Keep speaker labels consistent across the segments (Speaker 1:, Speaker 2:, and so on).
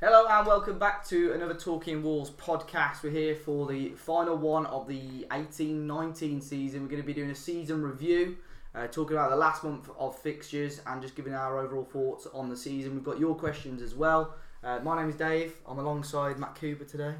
Speaker 1: and welcome back to another Talking Walls podcast. We're here for the final one of the 18 19 season. We're going to be doing a season review, uh, talking about the last month of fixtures and just giving our overall thoughts on the season. We've got your questions as well. Uh, my name is Dave. I'm alongside Matt Cooper today.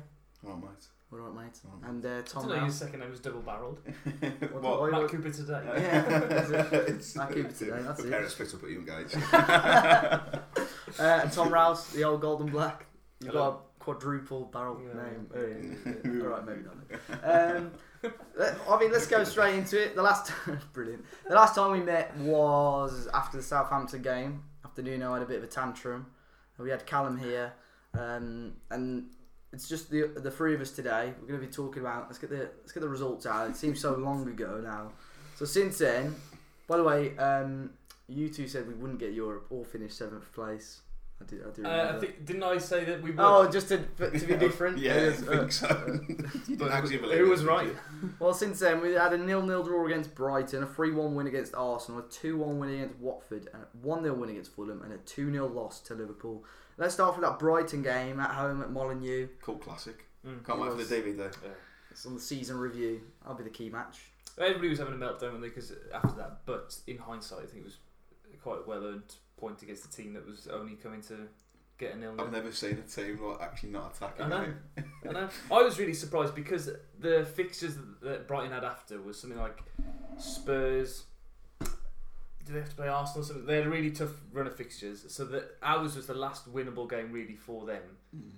Speaker 2: Oh,
Speaker 1: All right, mate.
Speaker 2: Oh.
Speaker 1: And uh,
Speaker 3: I
Speaker 1: Tom
Speaker 3: don't know
Speaker 1: Brown.
Speaker 3: his second name was double barreled.
Speaker 2: mate.
Speaker 1: What-
Speaker 2: What?
Speaker 1: what-
Speaker 3: Matt Cooper today.
Speaker 1: Oh, Yeah, that's it.
Speaker 2: It's-
Speaker 1: Matt Cooper today, that's
Speaker 2: Prepare a spit up at you guys.
Speaker 1: uh, and Tom Rouse, the old golden black. You've got a
Speaker 3: Hello.
Speaker 1: quadruple barrel
Speaker 3: Yeah.
Speaker 1: name. Uh, All right, maybe not. Um, let- I mean, let's go straight into it. The last brilliant. The last time we met was after the Southampton game. After Nuno had a bit of a tantrum, we had Callum here, um, and it's just the the three of us today. We're going to be talking about let's get the let's get the results out. It seems so long ago now. So since then, by the way, um, you two said we wouldn't get Europe or finish seventh place. I do. I do.
Speaker 3: Uh,
Speaker 1: Remember.
Speaker 3: I think didn't I say that we were?
Speaker 1: Oh, just to, to be different.
Speaker 2: Yeah,
Speaker 1: Yes,
Speaker 2: I think
Speaker 1: uh,
Speaker 2: so. you didn't actually believe
Speaker 3: who
Speaker 2: it,
Speaker 3: was
Speaker 2: did
Speaker 3: right?
Speaker 2: you?
Speaker 1: Well, since then, we had a nil-nil draw against Brighton, a 3-1 win against Arsenal, a 2-1 win against Watford, and a 1-0 win against Fulham, and a 2-0 loss to Liverpool. Let's start with that Brighton game at home at Molineux.
Speaker 2: Cool classic.
Speaker 3: Mm.
Speaker 2: Can't wait for
Speaker 1: was.
Speaker 2: the DVD.
Speaker 1: It's on the season review. That'll be the key match.
Speaker 3: Everybody was having a meltdown when they because after that. But in hindsight, I think it was quite a well earned point against a team that was only coming to get a nil.
Speaker 2: I've never seen a team like actually not attacking.
Speaker 3: I know.
Speaker 2: innit?
Speaker 3: And I, I was really surprised because the fixtures that Brighton had after was something like Spurs. Do they have to play Arsenal? Something? They had a really tough run of fixtures, so that ours was the last winnable game really for them.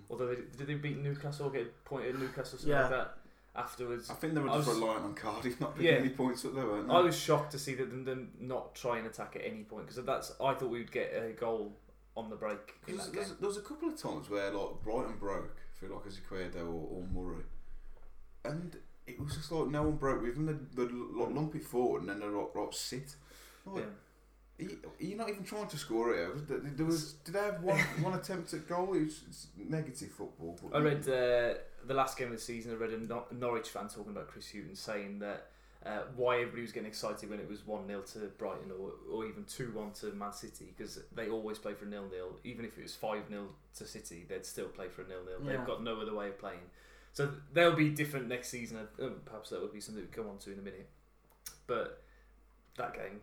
Speaker 3: Although they did they beat Newcastle or get a point at Newcastle something
Speaker 1: Yeah.
Speaker 3: like that afterwards.
Speaker 2: I think they were
Speaker 3: I
Speaker 2: just
Speaker 3: was-
Speaker 2: reliant on Cardiff not picking
Speaker 3: Yeah.
Speaker 2: any points up there, weren't they?
Speaker 3: I was shocked to see that them, them not try and attack at any point because that's I thought we'd get a goal on the break in
Speaker 2: 'Cause
Speaker 3: that
Speaker 2: there's,
Speaker 3: game.
Speaker 2: there was a couple of times where like Brighton broke through like Azequedo or, or Murray, and it was just like no one broke with them. They they like, lump it forward and then they like, like sit. Like,
Speaker 3: Yeah.
Speaker 2: Are you- are you not even trying to score it? Was there- There was, did I have one, one attempt at goal? It was it's negative football. but-
Speaker 3: I read uh, the last game of the season. I read a Nor- Norwich fan talking about Chris Hughton saying that uh, why everybody was getting excited when it was one 0 to Brighton or, or even two one to Man City because they always play for a nil nil. Even if it was five 0 to City, they'd still play for a nil nil.
Speaker 1: Yeah.
Speaker 3: They've got no other way of playing. So they'll be different next season. Uh, Perhaps that would be something we come on to in a minute. But that game,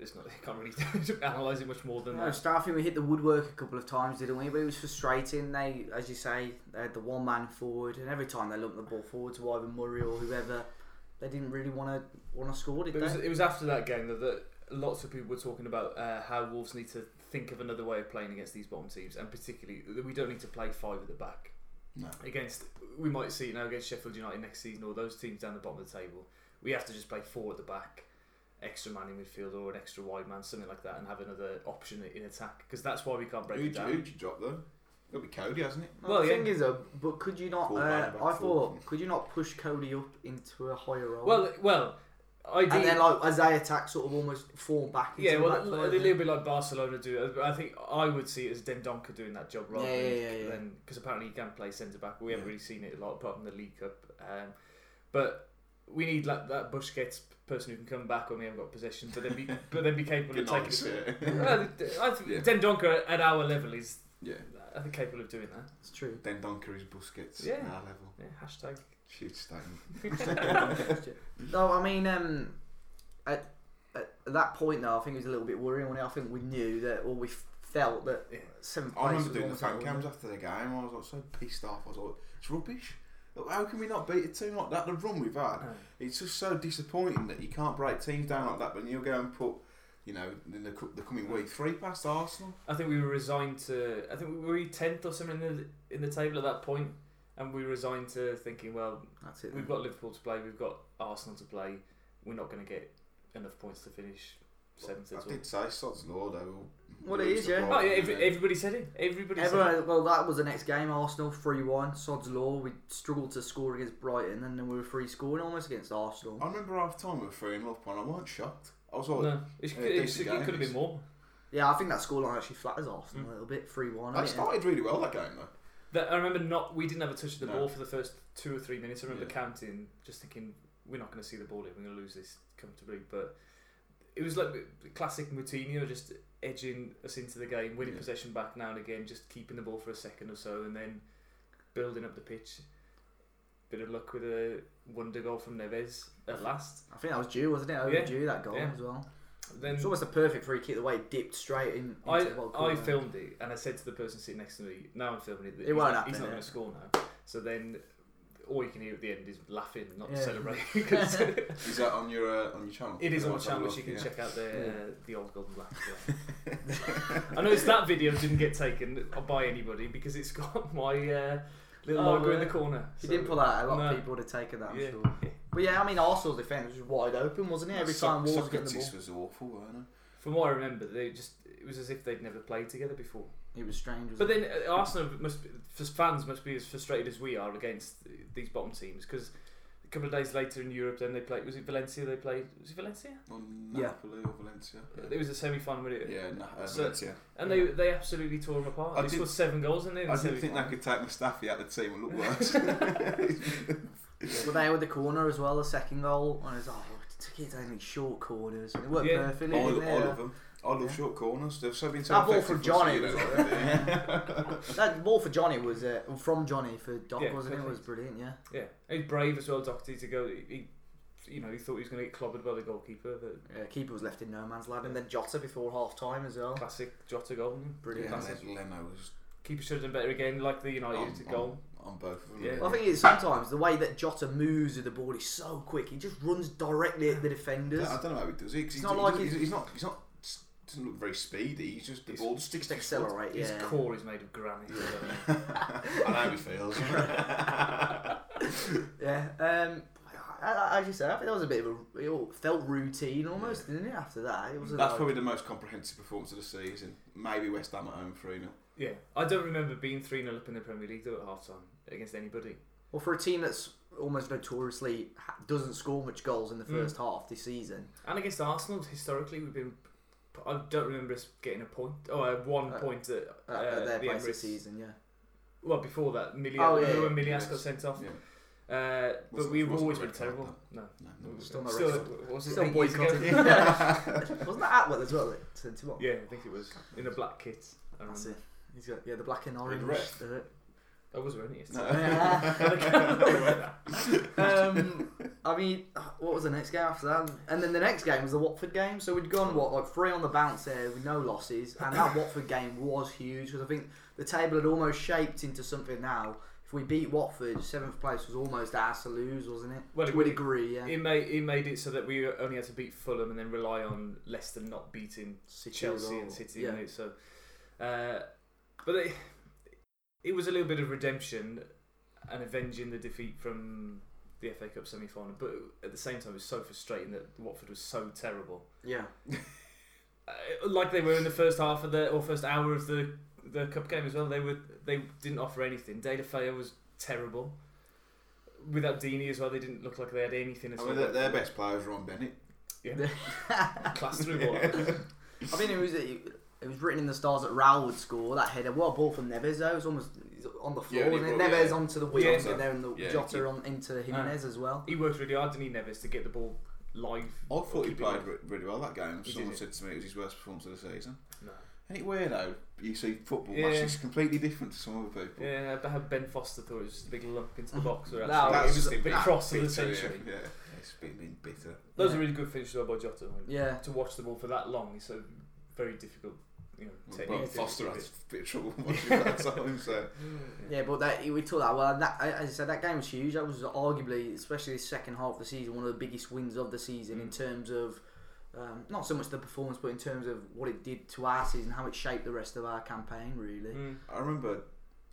Speaker 3: it's not. I can't really analyse it much more than
Speaker 1: No,
Speaker 3: that.
Speaker 1: staffing, we hit the woodwork a couple of times, didn't we? But it was frustrating. They, as you say, they had the one man forward, and every time they lumped the ball forward to either Murray or whoever, they didn't really want to want to score, did
Speaker 3: But it was,
Speaker 1: they?
Speaker 3: it was after that game that, that lots of people were talking about uh, how Wolves need to think of another way of playing against these bottom teams, and particularly that we don't need to play five at the back.
Speaker 2: No.
Speaker 3: Against we might see it now against Sheffield United next season or those teams down the bottom of the table. We have to just play four at the back, extra man in midfield or an extra wide man, something like that, and have another option in attack because that's why we can't break
Speaker 2: Who'd
Speaker 3: it
Speaker 2: you,
Speaker 3: down.
Speaker 2: who'd you drop though? Got to be Cody, hasn't it?
Speaker 1: Well,
Speaker 3: Well,
Speaker 1: the
Speaker 3: yeah.
Speaker 1: thing is, though, but could you not?
Speaker 2: Full
Speaker 1: Uh,
Speaker 2: back, back
Speaker 1: I
Speaker 2: full.
Speaker 1: thought, could you not push Cody up into a higher role?
Speaker 3: Well, well, I
Speaker 1: and then like as they attack, sort of almost fall back. Into
Speaker 3: Yeah,
Speaker 1: the
Speaker 3: well,
Speaker 1: back
Speaker 3: a
Speaker 1: line,
Speaker 3: little bit like Barcelona do. uh, I I think I would see it as Dendonka doing that job rather
Speaker 1: Yeah, yeah,
Speaker 3: than
Speaker 1: yeah, yeah.
Speaker 3: because apparently he can play centre back. We haven't
Speaker 2: Yeah.
Speaker 3: really seen it a lot apart from the League Cup. Um, but we need like that Busquets person who can come back when we haven't got possession, but then be but then be capable of
Speaker 2: Good
Speaker 3: taking.
Speaker 2: night, sir.
Speaker 3: it. Well, I think
Speaker 2: Yeah.
Speaker 3: Dendonka at our level is
Speaker 2: yeah.
Speaker 3: I think capable of doing that.
Speaker 1: It's true.
Speaker 2: Then Dunker is Busquets.
Speaker 3: Yeah.
Speaker 2: Nah, level.
Speaker 3: Yeah, hashtag.
Speaker 2: Shoot Stain.
Speaker 1: No, I mean, um, at, at that point though, I think it was a little bit worrying. When I think we knew that, or we felt that
Speaker 3: Yeah.
Speaker 1: seventh place.
Speaker 2: I remember
Speaker 1: was
Speaker 2: doing the
Speaker 1: almost
Speaker 2: fan
Speaker 1: out,
Speaker 2: cams after the game. I was like so pissed off. I was like, it's rubbish. Like, How can we not beat a team like that? The run we've had.
Speaker 3: Um,
Speaker 2: It's just so disappointing that you can't break teams down like that. But you'll go and put, you know, in the, co- the coming week, three past Arsenal.
Speaker 3: I think we were resigned to. I think we were tenth or something in the in the table at that point, and we resigned to thinking, well,
Speaker 1: That's it.
Speaker 3: We've got Liverpool to play. We've got Arsenal to play. We're not going to get enough points to finish seventh at
Speaker 2: I
Speaker 3: all.
Speaker 2: did say Sod's Law though.
Speaker 1: Well, it is, yeah.
Speaker 3: Oh yeah, every, everybody said it. Everybody said it.
Speaker 1: Everyone, well, that was the next game. Arsenal three-one. Sod's law. We struggled to score against Brighton, and then we were free scoring almost against Arsenal.
Speaker 2: I remember half time we were three and up, and I weren't shocked. I was like,
Speaker 3: No, it,
Speaker 2: Yeah,
Speaker 3: could, it,
Speaker 2: decent
Speaker 3: should- it could have
Speaker 2: games.
Speaker 3: been more.
Speaker 1: Yeah, I think that scoreline actually flatters
Speaker 3: Mm.
Speaker 1: Arsenal a little bit. Three-one.
Speaker 2: I started really well that game though.
Speaker 3: That I remember not. We didn't have a touch of the
Speaker 2: No.
Speaker 3: ball for the first two or three minutes. I remember
Speaker 2: Yeah.
Speaker 3: counting, just thinking, we're not going to see the ball here. We're going to lose this comfortably. But it was like classic Moutinho, just edging us into the game, winning
Speaker 2: Yeah.
Speaker 3: possession back now and again, just keeping the ball for a second or so, and then building up the pitch. Bit of luck with a wonder goal from Neves at last.
Speaker 1: I think that was due, wasn't it? Overdue that goal
Speaker 3: yeah.
Speaker 1: as well.
Speaker 3: Then
Speaker 1: It's almost a perfect free kick the way it dipped straight in. Into
Speaker 3: I,
Speaker 1: the ball
Speaker 3: I
Speaker 1: corner.
Speaker 3: filmed it and I said to the person sitting next to me, now I'm filming it. that
Speaker 1: It
Speaker 3: he's
Speaker 1: won't
Speaker 3: not-
Speaker 1: happen,
Speaker 3: He's not
Speaker 1: yeah.
Speaker 3: going to score now. So then all you can hear at the end is laughing, not
Speaker 1: Yeah.
Speaker 3: celebrating. 'cause
Speaker 2: Is that on your uh, on your channel?
Speaker 3: it is on the
Speaker 2: Otherwise I'll
Speaker 3: channel, which you
Speaker 2: look,
Speaker 3: can
Speaker 2: yeah.
Speaker 3: check out the,
Speaker 1: Yeah.
Speaker 3: uh, the old golden laugh. yeah. I noticed that video didn't get taken by anybody because it's got my uh, little
Speaker 1: Oh,
Speaker 3: logo in the
Speaker 1: yeah.
Speaker 3: corner.
Speaker 1: If you
Speaker 3: So-
Speaker 1: didn't pull out, a lot of
Speaker 3: No.
Speaker 1: people would have taken that, I'm
Speaker 3: Yeah.
Speaker 1: sure. But yeah, I mean, Arsenal's defence was wide open, wasn't it? Every time
Speaker 2: So-
Speaker 1: Wolves get the ball.
Speaker 2: Socrates was awful, weren't
Speaker 3: From what I remember, they just it was as if they'd never played together before.
Speaker 1: It was strange. wasn't
Speaker 3: But
Speaker 1: it?
Speaker 3: then uh, Arsenal must be, f- fans must be as frustrated as we are against these bottom teams because a couple of days later in Europe, then they played. Was it Valencia? They played. Was it Valencia?
Speaker 2: it? On
Speaker 1: Yeah.
Speaker 2: Napoli or Valencia?
Speaker 3: It was a semi-final, wasn't it?
Speaker 2: Yeah, Na- uh,
Speaker 3: So-
Speaker 2: Valencia.
Speaker 3: And they they absolutely tore them apart.
Speaker 2: I
Speaker 3: they
Speaker 2: did-
Speaker 3: scored seven goals, didn't they? in
Speaker 2: I
Speaker 3: the
Speaker 2: didn't think they
Speaker 3: semi-final?
Speaker 2: could take Mustafi out of the team and look worse.
Speaker 1: Well, they were the corner as well, the second goal. And it was, oh, Tikita's only short corners. And it worked
Speaker 3: Yeah.
Speaker 2: I,
Speaker 1: perfectly.
Speaker 2: lo-
Speaker 1: didn't
Speaker 2: I
Speaker 1: it?
Speaker 2: love them. I love
Speaker 1: Yeah.
Speaker 2: short corners. They've so been so
Speaker 1: That ball
Speaker 2: effective
Speaker 1: from
Speaker 2: for us
Speaker 1: Johnny
Speaker 2: years,
Speaker 1: was- uh,
Speaker 2: haven't they?
Speaker 1: That ball for Johnny was uh, from Johnny for Doc,
Speaker 3: Yeah,
Speaker 1: wasn't it? It was
Speaker 3: perfect.
Speaker 1: brilliant, yeah.
Speaker 3: Yeah, and he's brave as well, Doherty, to go. He, he- you know, he thought he was going to get clobbered by the goalkeeper, but
Speaker 1: Uh, keeper was left in no man's land, and then Jota before half time as
Speaker 2: Oh.
Speaker 1: well.
Speaker 3: classic Jota goal.
Speaker 1: Brilliant.
Speaker 2: Yeah,
Speaker 1: Classic.
Speaker 2: and then Leno was
Speaker 3: Keeper should have done better again, like the United
Speaker 2: on,
Speaker 3: goal.
Speaker 2: on, on both of them.
Speaker 3: Yeah.
Speaker 1: Well, I think it's sometimes the way that Jota moves with the ball is so quick. He just runs directly at the defenders.
Speaker 2: I don't know how he does it.
Speaker 1: It's
Speaker 2: 'cause he
Speaker 1: not
Speaker 2: do-
Speaker 1: like
Speaker 2: he doesn't-
Speaker 1: he's-
Speaker 2: he's, not. He's not. Doesn't look very speedy. He's just the
Speaker 3: He's-
Speaker 2: ball just sticks
Speaker 1: Just
Speaker 2: to his foot.
Speaker 1: accelerate, yeah.
Speaker 3: His core is made of granite. so-
Speaker 2: I know how he feels.
Speaker 1: Yeah. Um, I- I- as you said, I think that was a bit of a. It all felt routine almost, didn't it? After that, it was.
Speaker 2: That's probably the most comprehensive performance of the season. Maybe West Ham at home three 0
Speaker 3: yeah, I don't remember being 3 0 up in the Premier League though at half time against anybody.
Speaker 1: Well, for a team that's almost notoriously ha- doesn't score much goals in the
Speaker 3: Mm.
Speaker 1: first half this season,
Speaker 3: And against Arsenal, historically, we've been. I don't remember us getting a point. Oh, uh, one
Speaker 1: Uh,
Speaker 3: point at,
Speaker 1: uh,
Speaker 3: uh,
Speaker 1: at their
Speaker 3: the
Speaker 1: place this
Speaker 3: Emirates.
Speaker 1: season, yeah.
Speaker 3: Well, before that, Milia,
Speaker 1: Oh, yeah,
Speaker 3: remember when
Speaker 1: yeah,
Speaker 3: Milias
Speaker 2: yes.
Speaker 3: got sent off.
Speaker 2: Yeah.
Speaker 3: Uh, but
Speaker 2: Wasn't-
Speaker 3: we've
Speaker 2: wasn't
Speaker 3: always
Speaker 2: a
Speaker 3: been
Speaker 2: red card,
Speaker 3: terrible. No.
Speaker 2: No, no, it was-
Speaker 1: Still not
Speaker 3: Still,
Speaker 1: red
Speaker 3: what was it,
Speaker 1: Still
Speaker 3: eight years ago?
Speaker 1: boycotted. Wasn't that Atwell as well that sent him off?
Speaker 3: Yeah, I think it was in a black kit. I
Speaker 1: That's
Speaker 3: remember.
Speaker 1: it. He's got yeah the black and orange.
Speaker 2: red.
Speaker 1: uh,
Speaker 3: I was wearing it yesterday.
Speaker 1: Yeah. um, I mean, what was the next game after that? And then the next game was the Watford game. So we'd gone what like three on the bounce there with no losses, and that Watford game was huge because I think the table had almost shaped into something now. If we beat Watford, seventh place was almost ours to lose, wasn't it?
Speaker 3: Well,
Speaker 1: to
Speaker 3: it
Speaker 1: a
Speaker 3: would-
Speaker 1: degree, yeah.
Speaker 3: It made it made it so that we only had to beat Fulham and then rely on Leicester not beating
Speaker 1: City
Speaker 3: Chelsea
Speaker 1: or-
Speaker 3: and City.
Speaker 1: yeah.
Speaker 3: Yeah. So, uh, but it, it was a little bit of redemption and avenging the defeat from the FA Cup semi final. But at the same time, it was so frustrating that Watford was so terrible.
Speaker 1: yeah.
Speaker 3: uh, like they were in the first half of the or first hour of the the cup game as well. They were they didn't offer anything. De La Fea was terrible. Without Dini as well, they didn't look like they had anything as
Speaker 2: I
Speaker 3: well.
Speaker 2: mean, their, their best players were on Bennett.
Speaker 3: Class through ball.
Speaker 1: I mean, it was it was written in the stars that Raul would score that header. What a ball from Neves though! It was almost he's on the floor.
Speaker 2: Yeah,
Speaker 1: wasn't it?
Speaker 2: he will,
Speaker 1: Neves
Speaker 2: yeah.
Speaker 1: onto the wheels
Speaker 2: Yeah.
Speaker 1: and then the
Speaker 2: Yeah,
Speaker 1: Jota
Speaker 2: he-
Speaker 1: on
Speaker 3: Ah.
Speaker 1: into Jimenez as well.
Speaker 3: He worked really hard, didn't he, Neves, to get the ball live.
Speaker 2: I
Speaker 3: or
Speaker 2: thought he
Speaker 3: keep it
Speaker 2: played
Speaker 3: live.
Speaker 2: re- really well that game.
Speaker 3: He
Speaker 2: Someone
Speaker 3: did.
Speaker 2: said to me it was his worst performance of the season.
Speaker 3: No.
Speaker 2: Ain't it weird how you see football
Speaker 3: Yeah.
Speaker 2: matches completely different to some other people?
Speaker 3: Yeah, about how Ben Foster thought it was just a big lump into the box. Or
Speaker 1: No,
Speaker 3: actually,
Speaker 1: that's-
Speaker 3: it was a big
Speaker 1: that's
Speaker 3: cross of the
Speaker 2: Bitter,
Speaker 3: century.
Speaker 2: Yeah, yeah. it's been, been bitter.
Speaker 3: Those
Speaker 1: Yeah.
Speaker 3: are really good finishes though by Jota.
Speaker 1: Yeah.
Speaker 3: To watch the ball for that long is so very difficult. You know, technique.
Speaker 2: Well,
Speaker 3: to-
Speaker 2: Foster had a bit of trouble watching that time, so
Speaker 1: Yeah, but that we talked that well. and That as I said, that game was huge. That was arguably, especially the second half of the season, one of the biggest wins of the season in
Speaker 3: Mm.
Speaker 1: terms of um, not so much the performance, but in terms of what it did to our season, how it shaped the rest of our campaign. Really,
Speaker 3: Mm.
Speaker 2: I remember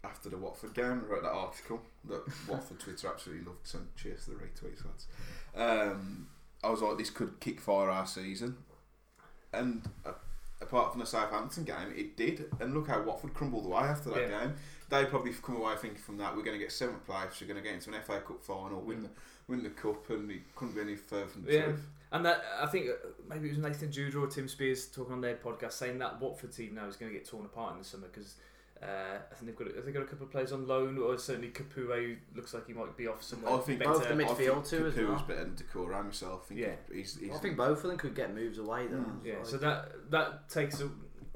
Speaker 2: after the Watford game, I wrote that article that Watford Twitter absolutely loved. So cheers to the retweets, lads. Um, I was like, this could kick fire our season, and uh, apart from the Southampton game, it did. And look how Watford crumbled away after that
Speaker 3: Yeah.
Speaker 2: game. They probably come away thinking from that we're going to get seventh place, we're going to get into an FA Cup final, win the win the cup, and it couldn't be any further from the
Speaker 3: Mm. Yeah.
Speaker 2: truth.
Speaker 3: And that I think uh, maybe it was Nathan Judah or Tim Spears talking on their podcast saying that Watford team now is going to get torn apart in the summer because uh, Uh, I think they've got have they got a couple of players on loan, or certainly Kapure looks like he might be off somewhere.
Speaker 2: I think
Speaker 3: better.
Speaker 1: Both the mid-
Speaker 2: I think
Speaker 1: midfield too as
Speaker 2: Kapoor's
Speaker 1: well.
Speaker 2: better than Decore. I myself think
Speaker 3: Yeah.
Speaker 2: he's, he's,
Speaker 1: I think both of them could get moves away though.
Speaker 2: Mm.
Speaker 3: Yeah, so that that takes a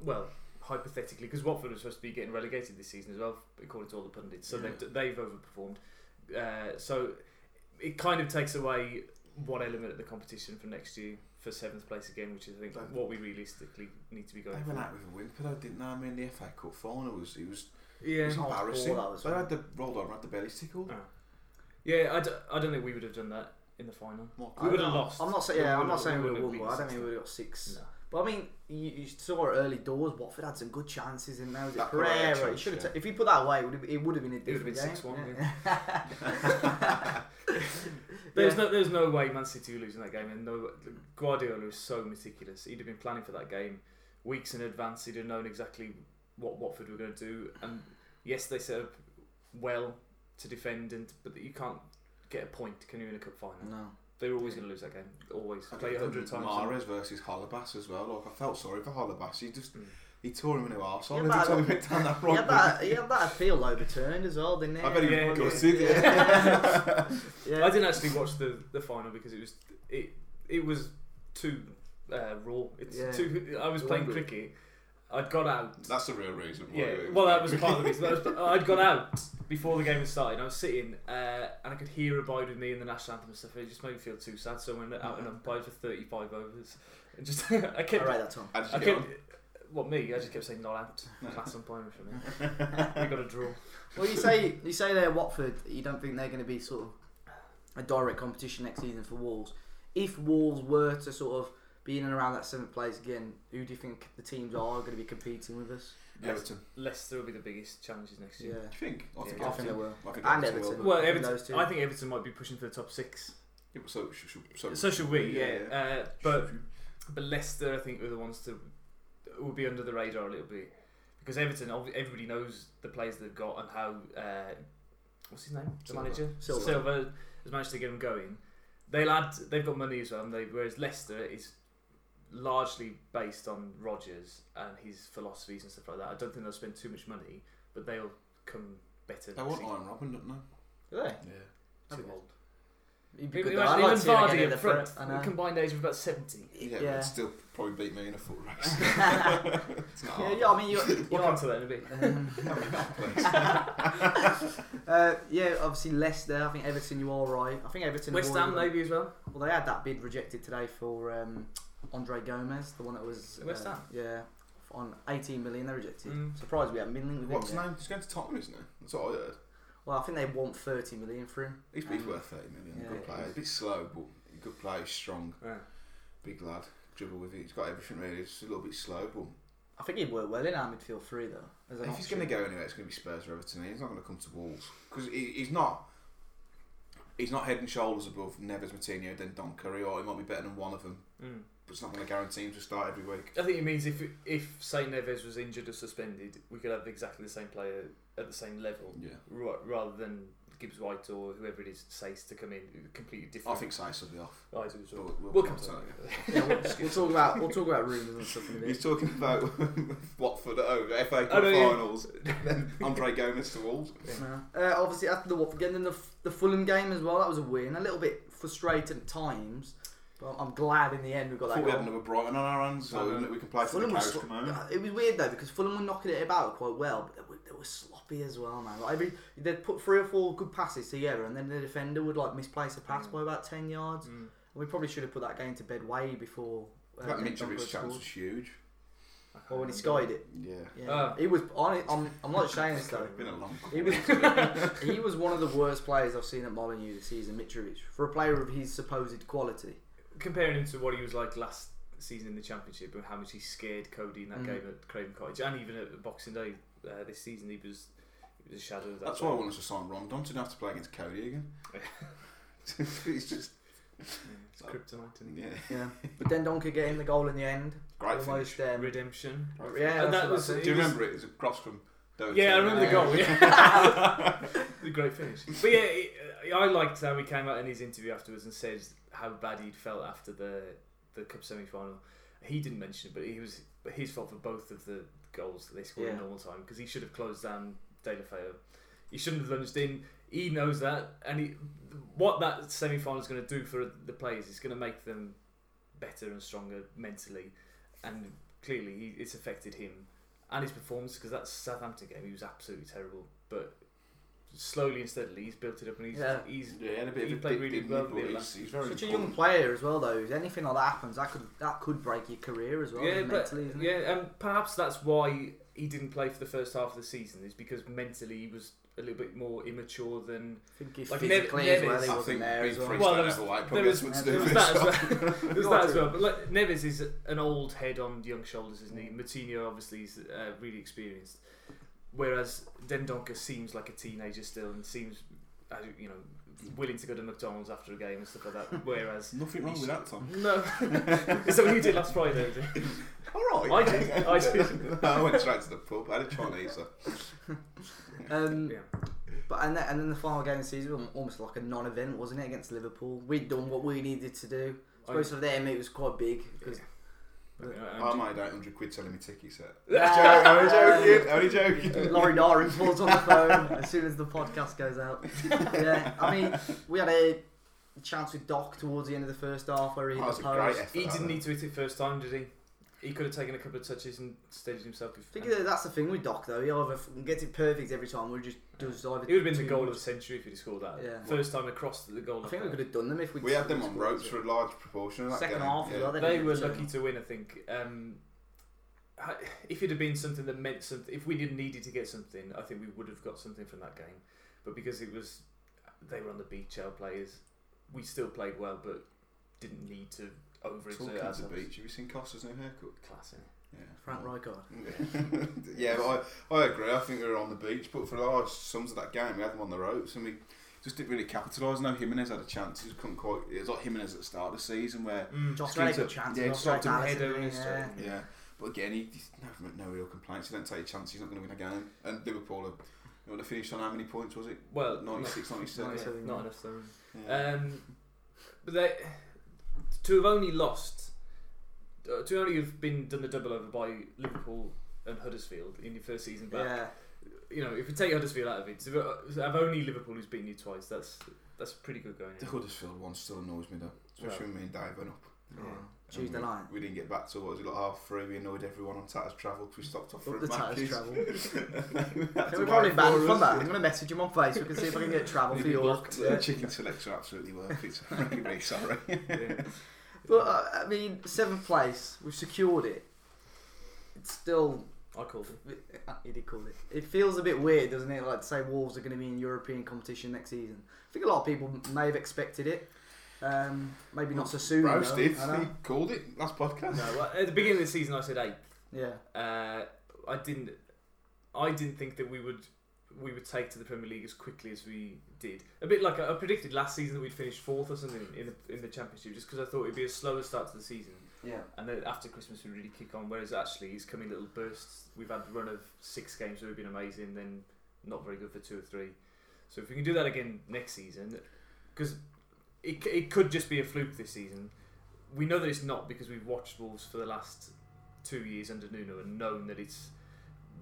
Speaker 3: well hypothetically because Watford are supposed to be getting relegated this season as well, according to all the pundits. So
Speaker 1: Yeah.
Speaker 3: they've they've overperformed. Uh, so it kind of takes away one element of the competition for next year for seventh place again, which is I think
Speaker 2: Don't-
Speaker 3: what we realistically need to be going
Speaker 2: They went
Speaker 3: for.
Speaker 2: out with a win, but I didn't know. I mean, the FA Cup final was it was, it
Speaker 3: Yeah, Ah.
Speaker 2: was
Speaker 1: hard
Speaker 2: embarrassing.
Speaker 1: ball, that was
Speaker 2: they
Speaker 1: one.
Speaker 2: had the rolled over, had the bellies
Speaker 3: Oh,
Speaker 2: tickled.
Speaker 3: yeah. I, d- I don't think we would have done that in the final.
Speaker 2: More
Speaker 3: We would
Speaker 2: colour.
Speaker 3: have lost.
Speaker 1: uh, I'm not saying.
Speaker 3: We
Speaker 1: Yeah, I'm
Speaker 3: would've-
Speaker 1: not saying we
Speaker 3: wouldn't
Speaker 1: would
Speaker 3: have
Speaker 1: have won. but I don't
Speaker 3: beaten
Speaker 1: think we would have got six.
Speaker 3: No.
Speaker 1: But I mean, you, you saw it early doors. Watford had some good chances in there. Was it
Speaker 2: That Pereira
Speaker 1: Pereira? He
Speaker 2: chance,
Speaker 1: should have.
Speaker 2: yeah.
Speaker 1: ta- if he put that away, it would have, it would have been a
Speaker 3: It would have
Speaker 1: different
Speaker 3: been
Speaker 1: game.
Speaker 3: 6-1,
Speaker 1: yeah.
Speaker 3: There's
Speaker 1: Yeah.
Speaker 3: no, there's no way Man City were losing that game, and no, Guardiola is so meticulous. He'd have been planning for that game weeks in advance. He'd have known exactly what Watford were going to do. And yes, they set up well to defend, and but you can't get a point, can you, in a cup final?
Speaker 1: No.
Speaker 3: They're always going to lose that game. Always
Speaker 2: I
Speaker 3: play
Speaker 2: think
Speaker 3: a hundred
Speaker 2: the
Speaker 3: times.
Speaker 2: Mahrez versus Holabas as well. Like I felt sorry for Holabas. He just
Speaker 3: Mm.
Speaker 2: he tore him a new arsehole
Speaker 1: Yeah,
Speaker 2: every
Speaker 1: but-
Speaker 2: time he went down that
Speaker 1: He
Speaker 2: wrong.
Speaker 1: had that. He had that appeal overturned as well, didn't he?
Speaker 2: I bet he
Speaker 3: Yeah,
Speaker 2: was
Speaker 1: yeah.
Speaker 2: gutted. Yeah.
Speaker 1: Yeah.
Speaker 3: I didn't actually watch the, the final because it was it it was too uh, raw. It's
Speaker 1: Yeah.
Speaker 3: too. I was playing
Speaker 1: Wondered.
Speaker 3: cricket. I'd got out.
Speaker 2: That's the real reason. Why
Speaker 3: Yeah, well, that was part of the reason. That was, I'd gone out before the game had started. and I was sitting uh, and I could hear "Abide with Me" and the national anthem and stuff. and It just made me feel too sad. So I went out and umpired for thirty-five overs. And just I
Speaker 1: I
Speaker 3: kept,
Speaker 1: rate that Tom.
Speaker 2: How did you
Speaker 3: I
Speaker 2: get
Speaker 3: kept. What me? I just kept saying "not out." That's umpiring for me. We got a draw.
Speaker 1: Well, you say you say they're Watford. You don't think they're going to be sort of a direct competition next season for Wolves. If Wolves were to sort of be in and around that seventh place again, who do you think the teams are going to be competing with us?
Speaker 2: on? Everton.
Speaker 3: Leicester will be the biggest challenges next
Speaker 1: Yeah,
Speaker 3: year.
Speaker 2: Do you think? I think
Speaker 3: Yeah.
Speaker 1: I think they
Speaker 2: Everton.
Speaker 1: were.
Speaker 2: I think
Speaker 1: And
Speaker 2: Everton will.
Speaker 1: Everton.
Speaker 3: Well,
Speaker 1: Those
Speaker 3: Everton.
Speaker 1: two.
Speaker 3: I think Everton might be pushing for the top six.
Speaker 2: Yeah, but so, so, so,
Speaker 3: So should we? Yeah.
Speaker 2: Yeah,
Speaker 3: Uh, but but Leicester, I think, are the ones to will be under the radar a little bit because Everton, obvi- everybody knows the players they've got and how uh, what's his name, the
Speaker 2: Silva.
Speaker 3: manager
Speaker 1: Silva.
Speaker 3: has managed to get them going. They'll add, they've got money as well, and they, whereas Leicester is largely based on Rodgers and his philosophies and stuff like that. I don't think they'll spend too much money, but they'll come better.
Speaker 2: They
Speaker 3: next
Speaker 2: want
Speaker 3: season.
Speaker 2: Iron Robin, don't they?
Speaker 1: Are they?
Speaker 2: Yeah.
Speaker 3: Too old.
Speaker 1: He'd be
Speaker 3: Even
Speaker 1: good though. I'd like to see him again
Speaker 3: Vardy
Speaker 1: in the
Speaker 3: up front,
Speaker 1: front. I know.
Speaker 3: combined age of about seventy.
Speaker 2: Yeah,
Speaker 1: Yeah.
Speaker 2: but still probably beat me in a foot race. It's not
Speaker 1: Yeah,
Speaker 2: hard.
Speaker 1: yeah, I mean, you're,
Speaker 3: We'll
Speaker 1: you're Um,
Speaker 3: come to that in a bit.
Speaker 1: uh, yeah, obviously Leicester. I think Everton. You are right. I think Everton. have
Speaker 3: West Ham
Speaker 1: already-
Speaker 3: maybe as well.
Speaker 1: Well, they had that bid rejected today for um, Andre Gomez, the one that was
Speaker 3: West
Speaker 1: uh,
Speaker 3: Ham?
Speaker 1: Yeah, on 18 million they rejected.
Speaker 3: Mm.
Speaker 1: Surprised we haven't been linked with
Speaker 2: What's his
Speaker 1: him. yet.
Speaker 2: name? He's going to Tottenham, isn't he? That's what I heard.
Speaker 1: Well, I think they want 30 million for him.
Speaker 2: He's, he's worth 30 million.
Speaker 1: Yeah.
Speaker 2: good player. He's a bit slow, but a good player. He's strong.
Speaker 3: Yeah.
Speaker 2: Big lad. Dribble with it. He's got everything really. He's just a little bit slow, but
Speaker 1: I think he'd work well in our midfield three though. As an
Speaker 2: if he's going to
Speaker 1: option.
Speaker 2: go anywhere, it's going to be Spurs or Everton. He's not going to come to Wolves. Because he, he's not. He's not head and shoulders above Neves, Matinho, then Don Curry, or he might be better than one of them.
Speaker 3: Mm.
Speaker 2: But it's not going to guarantee him to start every week.
Speaker 3: I think it means if if say Neves was injured or suspended, we could have exactly the same player at the same level,
Speaker 2: Yeah.
Speaker 3: ra- rather than Gibbs White or whoever it is says to come in completely
Speaker 2: I
Speaker 3: different.
Speaker 2: think Sice will be off.
Speaker 3: Right, so it's all-
Speaker 2: We'll, we'll,
Speaker 3: We'll
Speaker 2: come
Speaker 3: come
Speaker 2: to that.
Speaker 3: to
Speaker 1: yeah, we'll, we'll talk about we'll talk about rumours and stuff in a
Speaker 2: He's
Speaker 1: bit.
Speaker 2: talking about Watford at home, FA Cup
Speaker 3: Oh, no, yeah.
Speaker 2: finals, then Andre Gomez to Wolves.
Speaker 1: Yeah. Uh, obviously, after the Watford game, then the, the Fulham game as well. That was a win. A little bit frustrating at times, but I'm glad in the end we got that.
Speaker 2: I thought we had
Speaker 1: goal.
Speaker 2: another Brighton on our hands,
Speaker 3: I
Speaker 2: so
Speaker 3: know.
Speaker 2: we can play for the
Speaker 1: Fulham was,
Speaker 2: cows
Speaker 1: sl-
Speaker 2: come home.
Speaker 1: it was weird though because Fulham were knocking it about quite well, but they were, they were sloppy as well, man. Like every they put three or four good passes together, and then the defender would like misplace a pass by about ten yards.
Speaker 3: Mm.
Speaker 1: We probably should have put that game to bed way before. uh,
Speaker 2: That
Speaker 1: Duncan
Speaker 2: Mitrovic's chance
Speaker 1: scored.
Speaker 2: was huge.
Speaker 1: Or when he skied it.
Speaker 2: Yeah.
Speaker 1: Yeah,
Speaker 3: Ah.
Speaker 1: he was. On it, I'm, I'm not saying this though.
Speaker 2: Been a long
Speaker 1: He was. he was one of the worst players I've seen at Molineux this season, Mitrovic, for a player of his supposed quality.
Speaker 3: comparing him to what he was like last season in the championship and how much he scared Cody in that
Speaker 1: Mm.
Speaker 3: game at Craven Cottage and even at Boxing Day uh, this season, he was he was a shadow of that.
Speaker 2: That's why I want us to sign Rondon to not have to play against Cody again. it's just.
Speaker 3: It's kryptonite. isn't it?
Speaker 2: Yeah.
Speaker 1: Yeah, but then Donker getting the goal in the end,
Speaker 2: Great finish.
Speaker 1: almost. Um,
Speaker 3: Redemption.
Speaker 2: Great
Speaker 1: yeah, that's
Speaker 3: And that
Speaker 1: what I
Speaker 3: was-
Speaker 1: said.
Speaker 2: finish. Do you remember it? It was a cross from. Doherty.
Speaker 3: Yeah, I remember the goal. Yeah, the great finish. But yeah, it, I liked how he came out in his interview afterwards and said how bad he'd felt after the the cup semi final. He didn't mention it, but he was his fault for both of the goals that they scored in
Speaker 1: Yeah.
Speaker 3: normal time because he should have closed down De La Feo. He shouldn't have lunged in. He knows that, and he, what that semi final is going to do for the players is going to make them better and stronger mentally, and clearly he, it's affected him and his performance because that Southampton game he was absolutely terrible, but. Slowly and steadily, he's built it up, and he's
Speaker 1: Yeah.
Speaker 3: he's
Speaker 2: Yeah, he had a bit
Speaker 3: He
Speaker 2: of a
Speaker 3: played
Speaker 2: big
Speaker 3: really
Speaker 2: dignity,
Speaker 3: well
Speaker 2: but
Speaker 3: with it
Speaker 2: he's,
Speaker 3: last-
Speaker 2: he's very
Speaker 1: Such a young
Speaker 2: important.
Speaker 1: player as well, though. If anything like that happens, that could that could break your career as well.
Speaker 3: yeah,
Speaker 1: mentally,
Speaker 3: but,
Speaker 1: isn't it?
Speaker 3: yeah, and perhaps that's why he didn't play for the first half of the season is because mentally he was a little bit more immature than.
Speaker 1: I think if
Speaker 3: Like,
Speaker 1: physically as
Speaker 3: Nev-
Speaker 1: well,
Speaker 3: Neves-
Speaker 1: he
Speaker 2: I
Speaker 1: wasn't
Speaker 2: think
Speaker 1: there
Speaker 2: being
Speaker 1: as well.
Speaker 2: free
Speaker 3: Well,
Speaker 2: well,
Speaker 3: there
Speaker 2: was,
Speaker 3: was-
Speaker 2: like,
Speaker 3: there
Speaker 2: probably
Speaker 3: was-
Speaker 2: that's what's
Speaker 1: there
Speaker 2: doing
Speaker 1: was
Speaker 3: that as
Speaker 2: this.
Speaker 3: There's that as well, but like, Neves is an old head on young shoulders, isn't
Speaker 1: Mm.
Speaker 3: he? Matinho obviously is uh, really experienced, whereas Dendonka seems like a teenager still and seems, uh, you know, willing to go to McDonald's after a game and stuff like that. Whereas
Speaker 2: Nothing wrong with that, Tom.
Speaker 3: no, is that what you did last Friday? was it?
Speaker 2: All
Speaker 3: I
Speaker 2: right.
Speaker 3: did. I did.
Speaker 2: I went straight to the pub. I had a Chinese.
Speaker 1: Um,
Speaker 3: Yeah.
Speaker 1: But and then, and then the final game of the season was almost like a non-event, wasn't it, against Liverpool? We'd done what we needed to do. I
Speaker 3: Oh,
Speaker 1: suppose for them it was quite big because
Speaker 3: I mean, I- I'm
Speaker 2: I made 800 quid selling me tickets set.
Speaker 1: Ah.
Speaker 2: Only joking. Only joking.
Speaker 1: Laurie Darren falls on the phone as soon as the podcast goes out. Yeah, I mean we had a chance with Doc towards the end of the first half where he
Speaker 2: That
Speaker 1: hit
Speaker 2: Oh, was
Speaker 1: the
Speaker 2: a great
Speaker 1: post.
Speaker 2: effort.
Speaker 3: He
Speaker 2: that,
Speaker 3: didn't
Speaker 2: though.
Speaker 3: need to hit it first time, did he? He could have taken a couple of touches and steadied himself. If,
Speaker 1: I think that- that's the thing with Doc though. He either f- gets it perfect every time, or he just does either.
Speaker 3: it would have been
Speaker 1: too
Speaker 3: the goal of
Speaker 1: much.
Speaker 3: the century if he'd have scored that.
Speaker 1: Yeah.
Speaker 3: First time across the goal.
Speaker 1: I
Speaker 3: of
Speaker 1: think we
Speaker 3: that.
Speaker 1: could have done them if we.
Speaker 2: We had them on
Speaker 1: scored
Speaker 2: ropes
Speaker 1: it.
Speaker 2: for a large proportion of that
Speaker 1: Second
Speaker 2: game.
Speaker 1: half as
Speaker 2: yeah.
Speaker 1: well,
Speaker 3: They
Speaker 1: didn't
Speaker 3: were
Speaker 1: so-
Speaker 3: lucky to win, I think. Um, ha- if it had been something that meant something, if we didn't needed to get something, I think we would have got something from that game. But because it was, they were on the beach, our players, we still played well, but didn't need to
Speaker 2: Talking
Speaker 3: overexert
Speaker 2: of
Speaker 3: ourselves.
Speaker 2: the beach, have you seen Costa's new haircut?
Speaker 3: Class, innit?
Speaker 2: Yeah.
Speaker 1: Frank Rijkaard.
Speaker 2: yeah, but I, I agree. I think we were on the beach, but for large sums of that game, we had them on the ropes, and we just didn't really capitalise. No, Jimenez had a chance. He just couldn't quite. It was like Jimenez at the start of the season where,
Speaker 3: Mm.
Speaker 1: Josh had a
Speaker 2: Cleans
Speaker 1: good
Speaker 2: up-
Speaker 1: chance.
Speaker 2: yeah,
Speaker 1: and
Speaker 2: just
Speaker 1: Josh
Speaker 2: like to
Speaker 1: Allen,
Speaker 3: header and
Speaker 1: yeah.
Speaker 3: stuff.
Speaker 2: yeah. But again, he, he's no, no real complaints. He don't take a chance. He's not going to win a game. And Liverpool, have, you know, they finished on how many points was it?
Speaker 3: Well,
Speaker 2: 96, 97.
Speaker 1: Nice.
Speaker 3: not,
Speaker 1: Seven,
Speaker 3: not
Speaker 1: yeah.
Speaker 3: enough. though.
Speaker 1: Uh,
Speaker 2: Yeah.
Speaker 3: Um, but they to have only lost, uh, to only have been done the double over by Liverpool and Huddersfield in your first season back.
Speaker 1: Yeah.
Speaker 3: You know, if you take Huddersfield out of it, to have- have only Liverpool who's beaten you twice. That's that's pretty good going.
Speaker 2: the
Speaker 3: yeah.
Speaker 2: Huddersfield one still annoys me though, especially when me and Dave went up.
Speaker 1: Yeah.
Speaker 2: And
Speaker 1: Tuesday
Speaker 2: we,
Speaker 1: night.
Speaker 2: We didn't get back to what was it like half three. We annoyed everyone on Tatter's travel because we stopped off for
Speaker 1: Up the
Speaker 2: a
Speaker 1: tatters
Speaker 2: Mackey's.
Speaker 1: travel.
Speaker 2: That's
Speaker 1: Can we
Speaker 2: a
Speaker 1: probably
Speaker 2: white
Speaker 1: ban
Speaker 2: for
Speaker 1: from
Speaker 2: us.
Speaker 1: that? I'm going to message him on Facebook and see if I can get travel
Speaker 3: You'd
Speaker 1: for
Speaker 3: be
Speaker 1: York.
Speaker 3: blocked.
Speaker 2: The
Speaker 1: Yeah.
Speaker 2: chicken selection absolutely worth it. I'm really, really sorry.
Speaker 3: Yeah.
Speaker 1: But uh, I mean, seventh place, we've secured it. It's still,
Speaker 3: I called it.
Speaker 1: he did call it. It feels a bit weird, doesn't it? Like to say Wolves are going to be in European competition next season. I think a lot of people may have expected it. Um, maybe not so soon. though.
Speaker 2: Roasted.
Speaker 1: I know.
Speaker 2: He called it last podcast.
Speaker 3: No, well, at the beginning of the season, I said eight.
Speaker 1: Yeah.
Speaker 3: Uh, I didn't. I didn't think that we would we would take to the Premier League as quickly as we did. A bit like I, I predicted last season that we'd finish fourth or something in the, in the Championship, just because I thought it'd be a slower start to the season,
Speaker 1: Yeah.
Speaker 3: and then after Christmas we'd really kick on. Whereas actually, it's coming little bursts. We've had a run of six games where we've been amazing, then not very good for two or three. So if we can do that again next season, because it, c- it could just be a fluke this season. We know that it's not because we've watched Wolves for the last two years under Nuno and known that it's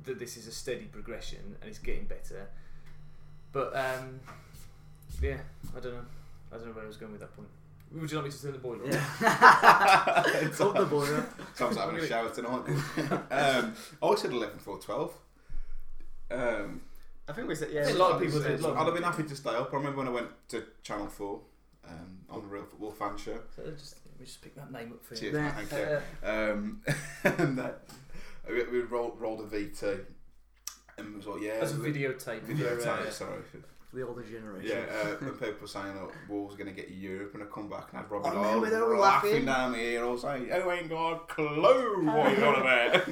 Speaker 3: that this is a steady progression and it's getting better. But um, yeah, I don't know. I don't know where I was going with that point. Would you like me to turn the boiler? on?
Speaker 1: Yeah. Up the border.
Speaker 2: Tom's having a shower tonight. um, I said 11 for 12. Um,
Speaker 1: I think we said,
Speaker 3: I
Speaker 1: yeah.
Speaker 3: think
Speaker 1: we-
Speaker 3: a lot of people did.
Speaker 2: I'd have been happy to stay up. I remember when I went to Channel 4 um, on the Real Football Fan Show.
Speaker 3: So just, let me just pick that name up for you.
Speaker 2: Cheers, mate, thank
Speaker 1: Uh,
Speaker 2: you. Um, and that, we, we rolled, rolled a V2 and it was like, yeah.
Speaker 3: As a
Speaker 2: the-
Speaker 3: videotape.
Speaker 2: Video
Speaker 3: where, uh,
Speaker 2: tape, sorry.
Speaker 1: the older generation.
Speaker 2: Yeah, uh, when people were saying that Wolves are going to get Europe and I come back and have Robbie
Speaker 1: I
Speaker 2: Lyle
Speaker 1: remember they were
Speaker 2: laughing,
Speaker 1: laughing.
Speaker 2: down my ear, I was like, you ain't got a clue what you're on about.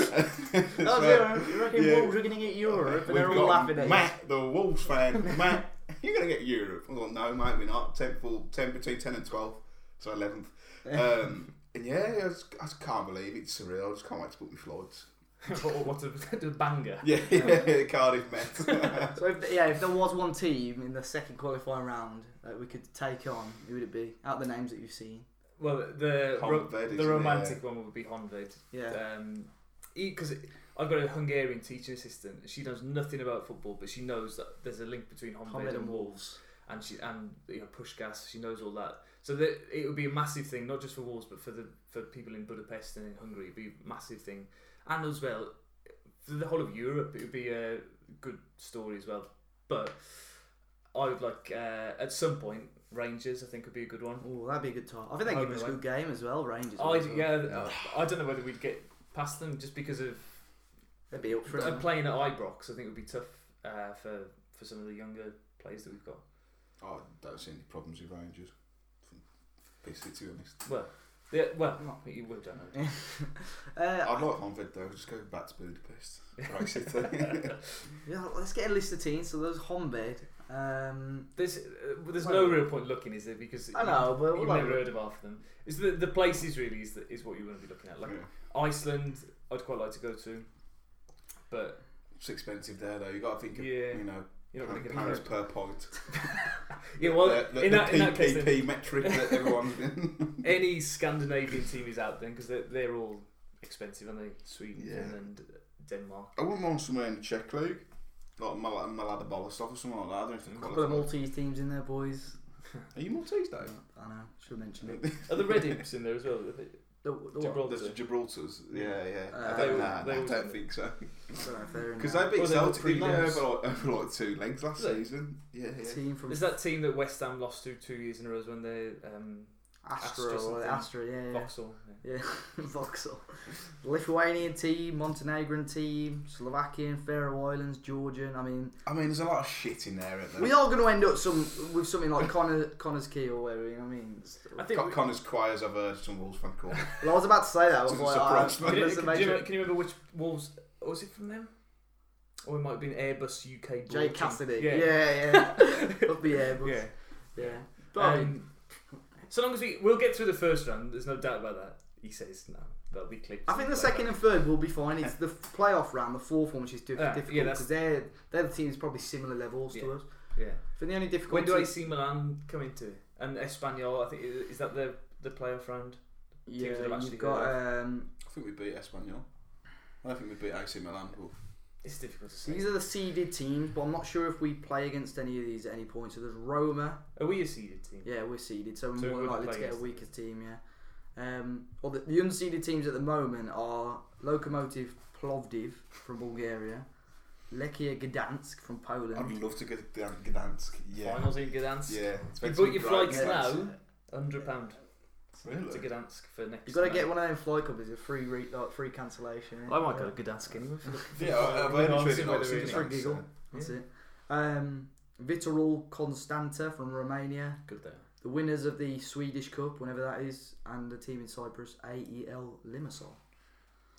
Speaker 1: No,
Speaker 2: So,
Speaker 1: Oh, you you reckon
Speaker 2: yeah.
Speaker 1: Wolves are going to get Europe, and
Speaker 2: We've
Speaker 1: they're all
Speaker 2: got
Speaker 1: laughing at you.
Speaker 2: Matt, the Wolves fan, Matt, you're going to get Europe. I thought, no, mate, we're not. 10, full, 10 between 10 and 12, so 11th. Um, and yeah, I, just, I just can't believe it. it's surreal. I just can't wait to book my flights.
Speaker 3: what, what a, a banger.
Speaker 2: Yeah, yeah, Cardiff Met.
Speaker 1: So if, yeah, if there was one team in the second qualifying round that we could take on, who would it be? Out of the names that you've seen,
Speaker 3: Well, the
Speaker 2: Honved,
Speaker 3: ro-
Speaker 2: isn't
Speaker 3: the
Speaker 2: it?
Speaker 3: romantic one would be Honved.
Speaker 1: yeah,
Speaker 3: Um, because I've got a Hungarian teaching assistant. She knows nothing about football, but she knows that there's a link between Honved,
Speaker 1: Homed
Speaker 3: and
Speaker 1: and
Speaker 3: Wolves
Speaker 1: Wolves.
Speaker 3: and she and you know push gas. She knows all that, so that it would be a massive thing, not just for Wolves, but for the for people in Budapest and in Hungary, it'd be a massive thing, and as well for the whole of Europe, it would be a good story as well. But I would like uh, at some point Rangers, I think would be a good one.
Speaker 1: Oh, that'd be a good time. I think they
Speaker 3: Oh,
Speaker 1: give us a
Speaker 3: really?
Speaker 1: good game as well. Rangers.
Speaker 3: I
Speaker 1: as well.
Speaker 3: Oh, yeah, I don't know whether we'd get past them just because of
Speaker 1: They'd be up for
Speaker 3: uh,
Speaker 1: it.
Speaker 3: playing at Ibrox. I think it would be tough uh, for for some of the younger players that we've got.
Speaker 2: I don't see any problems with Rangers. Basically, to be honest.
Speaker 3: Well, yeah, well,
Speaker 1: Not-
Speaker 3: you would, don't know.
Speaker 1: Uh,
Speaker 2: I'd like Honved though, just go back to Budapest. Right, City.
Speaker 1: yeah, let's get a list of teams. So there's Hombed. Um,
Speaker 3: There's, uh, there's
Speaker 1: Well-
Speaker 3: no real point looking, is there? Because
Speaker 1: I know, but
Speaker 3: you've
Speaker 1: like-
Speaker 3: never heard of half of them. Is the the places really is the, is what you want to be looking at? Like
Speaker 2: Yeah.
Speaker 3: Iceland, I'd quite like to go to, but
Speaker 2: It's expensive there though. You got to think of
Speaker 3: Yeah.
Speaker 2: you know
Speaker 3: you're not going to get
Speaker 2: pounds
Speaker 3: it.
Speaker 2: per point.
Speaker 3: Yeah, well,
Speaker 2: the, the,
Speaker 3: in,
Speaker 2: the
Speaker 3: that, in that case,
Speaker 2: PPP
Speaker 3: then,
Speaker 2: metric that everyone's
Speaker 3: any Scandinavian team is out then because they're, they're all expensive, aren't they? Sweden,
Speaker 2: Yeah.
Speaker 3: Finland, Denmark.
Speaker 2: I wouldn't mind somewhere in the Czech league, like Mal- Malada Boleslav or something like that. I don't think
Speaker 1: a couple of Maltese teams in there, boys.
Speaker 2: Are you Maltese though?
Speaker 1: I know. Should have mentioned it.
Speaker 3: Are the Red Imps in there as well? Are they-
Speaker 1: The, the what?
Speaker 3: Gibraltar.
Speaker 2: Oh, There's the Gibraltars. Yeah, yeah.
Speaker 1: Uh,
Speaker 2: I don't,
Speaker 1: They-
Speaker 2: nah,
Speaker 3: they
Speaker 2: nah,
Speaker 3: all-
Speaker 2: I don't think so.
Speaker 1: I don't know if they're in
Speaker 2: Because
Speaker 1: there.
Speaker 2: they beat
Speaker 3: Well, they were
Speaker 2: Celtic didn't they,
Speaker 3: pre-legs.
Speaker 2: over, like, over like two legs last
Speaker 3: Yeah.
Speaker 2: season. Yeah, yeah.
Speaker 1: team from
Speaker 3: There's that team that West Ham lost to two years in a row when they um,
Speaker 1: Astra,
Speaker 3: Astra
Speaker 1: or
Speaker 3: something.
Speaker 1: Astra, yeah, yeah.
Speaker 3: Vauxhall. yeah.
Speaker 1: Yeah, Vauxhall. Lithuanian team, Montenegrin team, Slovakian, Faroe Islands, Georgian. I mean,
Speaker 2: I mean, there's a lot of shit in there, isn't there?
Speaker 1: we are going to end up some with something like Connor, Connor's Key or whatever. You know what I mean? It's-
Speaker 3: I think
Speaker 2: Con- Connor's choirs, I've heard some Wolves fan call. it.
Speaker 1: Well, I was about to say that. I was
Speaker 2: Doesn't
Speaker 1: like,
Speaker 2: surprise
Speaker 1: oh,
Speaker 2: me.
Speaker 3: Can you,
Speaker 1: that's
Speaker 3: can,
Speaker 1: amazing.
Speaker 3: you, can you remember which Wolves was it from them? Or it might have been Airbus
Speaker 1: Jay
Speaker 3: UK. Bulletin.
Speaker 1: Cassidy. Yeah,
Speaker 3: Yeah.
Speaker 1: yeah. yeah. Up the air, but yeah.
Speaker 3: Yeah. Um, so long as we we'll get through the first round, there's no doubt about that. He says no, that'll be clipped.
Speaker 1: I think the second and third will be fine. It's the playoff round, the fourth one, which is diff-
Speaker 3: Ah, Yeah,
Speaker 1: difficult
Speaker 3: yeah, that's-
Speaker 1: because they're they're the teams probably similar levels to
Speaker 3: Yeah.
Speaker 1: us.
Speaker 3: Yeah.
Speaker 1: I think the only difficulty.
Speaker 3: When do I see Milan come into it? and Espanyol? I think i- is that the the playoff round.
Speaker 1: Yeah,
Speaker 3: that have actually
Speaker 1: you've got um,
Speaker 2: I think we beat Espanyol. I don't think we beat AC Milan. But
Speaker 3: It's difficult to say.
Speaker 1: These are the seeded teams, but I'm not sure if we play against any of these at any point. So there's Roma.
Speaker 3: Are we a seeded team?
Speaker 1: Yeah, we're seeded, so we're
Speaker 3: So we
Speaker 1: more
Speaker 3: wouldn't
Speaker 1: likely to
Speaker 3: play
Speaker 1: get a
Speaker 3: against
Speaker 1: weaker team. Yeah. Um, or the, the unseeded teams at the moment are Lokomotiv Plovdiv from Bulgaria, Lechia Gdansk from Poland.
Speaker 2: I'd love to go to Gdan- Gdansk. Yeah.
Speaker 3: Finals in Gdansk.
Speaker 2: Yeah.
Speaker 3: You
Speaker 2: Spend
Speaker 3: bought
Speaker 2: some
Speaker 3: your
Speaker 2: bright
Speaker 3: flights
Speaker 2: nights.
Speaker 3: now. Hundred pound to
Speaker 2: Really?
Speaker 3: Gdansk for next.
Speaker 1: You've got to
Speaker 3: May.
Speaker 1: get one of them fly covers, a free re, like, free cancellation. yeah.
Speaker 3: I might go to Gdansk anyway.
Speaker 2: Yeah, I- I've heard
Speaker 3: I'll
Speaker 2: it's
Speaker 3: see
Speaker 2: really
Speaker 3: whether
Speaker 2: nice.
Speaker 3: it
Speaker 2: It's
Speaker 1: is. For a
Speaker 2: nice,
Speaker 1: giggle.
Speaker 2: yeah.
Speaker 1: That's it. Um, Vitorul Constanta from Romania,
Speaker 3: Good there.
Speaker 1: the winners of the Swedish Cup, whenever that is, and the team in Cyprus, AEL Limassol.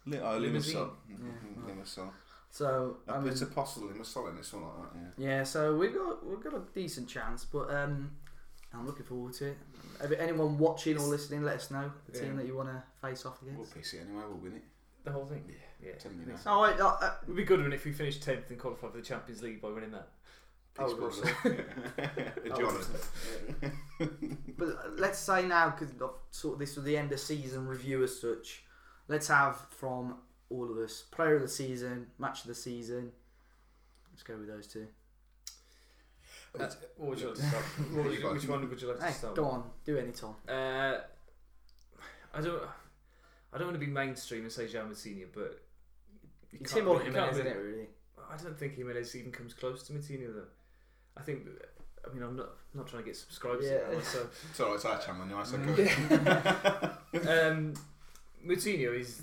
Speaker 2: Li- oh,
Speaker 3: Limousine.
Speaker 2: Limassol. Mm-hmm.
Speaker 1: Yeah.
Speaker 2: Limassol.
Speaker 1: So
Speaker 2: I
Speaker 1: I mean,
Speaker 2: put Apostle Limassol in this one like that, yeah.
Speaker 1: yeah, so we've got we've got a decent chance, but um, I'm looking forward to it. If anyone watching or listening, let us know the team
Speaker 3: Yeah.
Speaker 1: that you want to face off
Speaker 2: We'll
Speaker 1: against.
Speaker 2: piss it anyway, we'll win it.
Speaker 3: The whole thing.
Speaker 2: Yeah.
Speaker 3: Yeah.
Speaker 2: Tell you now.
Speaker 1: Oh, wait, uh, uh,
Speaker 3: It would be good one if we finished tenth and qualified for the Champions League by winning that.
Speaker 1: Oh,
Speaker 2: Peace, brothers. Yeah.
Speaker 1: Oh,
Speaker 2: Jonas.
Speaker 1: but uh, let's say now because sort of this was the end of season review as such. Let's have from all of us player of the season, match of the season. Let's go with those two.
Speaker 3: Uh, what would you like to start? what would you, which one would you like
Speaker 1: Hey,
Speaker 3: to start?
Speaker 1: go on, do any Tom.
Speaker 3: on. Uh, I don't. I don't want to be mainstream and say Jamal Senior, but you
Speaker 1: It's
Speaker 3: can't
Speaker 1: him or
Speaker 3: really- you
Speaker 1: him,
Speaker 3: can't
Speaker 1: isn't
Speaker 3: really-
Speaker 1: it? Really.
Speaker 3: I don't think Jimenez even comes close to Matinho though. I think. I mean, I'm not not trying to get subscribers.
Speaker 1: Yeah.
Speaker 3: Yeah. So
Speaker 2: It's alright, it's our channel anyway, so
Speaker 3: Mm.
Speaker 2: go.
Speaker 3: um, Moutinho is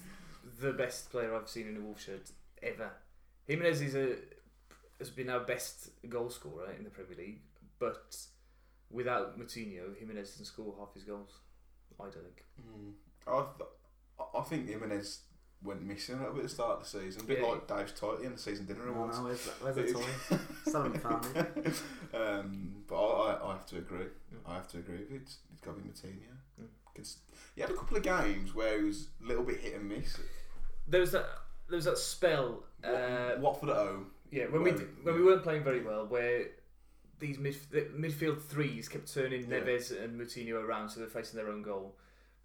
Speaker 3: the best player I've seen in a Wolf shirt ever. Jimenez is a has been our best goal scorer in the Premier League, but without Moutinho, Jimenez doesn't score half his goals. I don't think.
Speaker 2: Mm. I, th- I- I think Jimenez went missing a little bit at the start of the season, a bit
Speaker 3: Yeah.
Speaker 2: like Dave Tighty in the season dinner
Speaker 1: No,
Speaker 2: awards.
Speaker 1: no, where's, where's the toy? Still haven't found it.
Speaker 2: um, but I, I, I have to agree.
Speaker 3: Mm.
Speaker 2: I have to agree with you. It's, it's got to be Matinho.
Speaker 3: Mm.
Speaker 2: Cons- He had a couple of games where he was a little bit hit and miss.
Speaker 3: There was that there was that spell. Uh,
Speaker 2: Watford at home.
Speaker 3: yeah, when we
Speaker 2: Well,
Speaker 3: d- when we
Speaker 2: yeah.
Speaker 3: weren't playing very well, where these midf- the midfield threes kept turning
Speaker 2: Yeah.
Speaker 3: Neves and Moutinho around, so they're facing their own goal.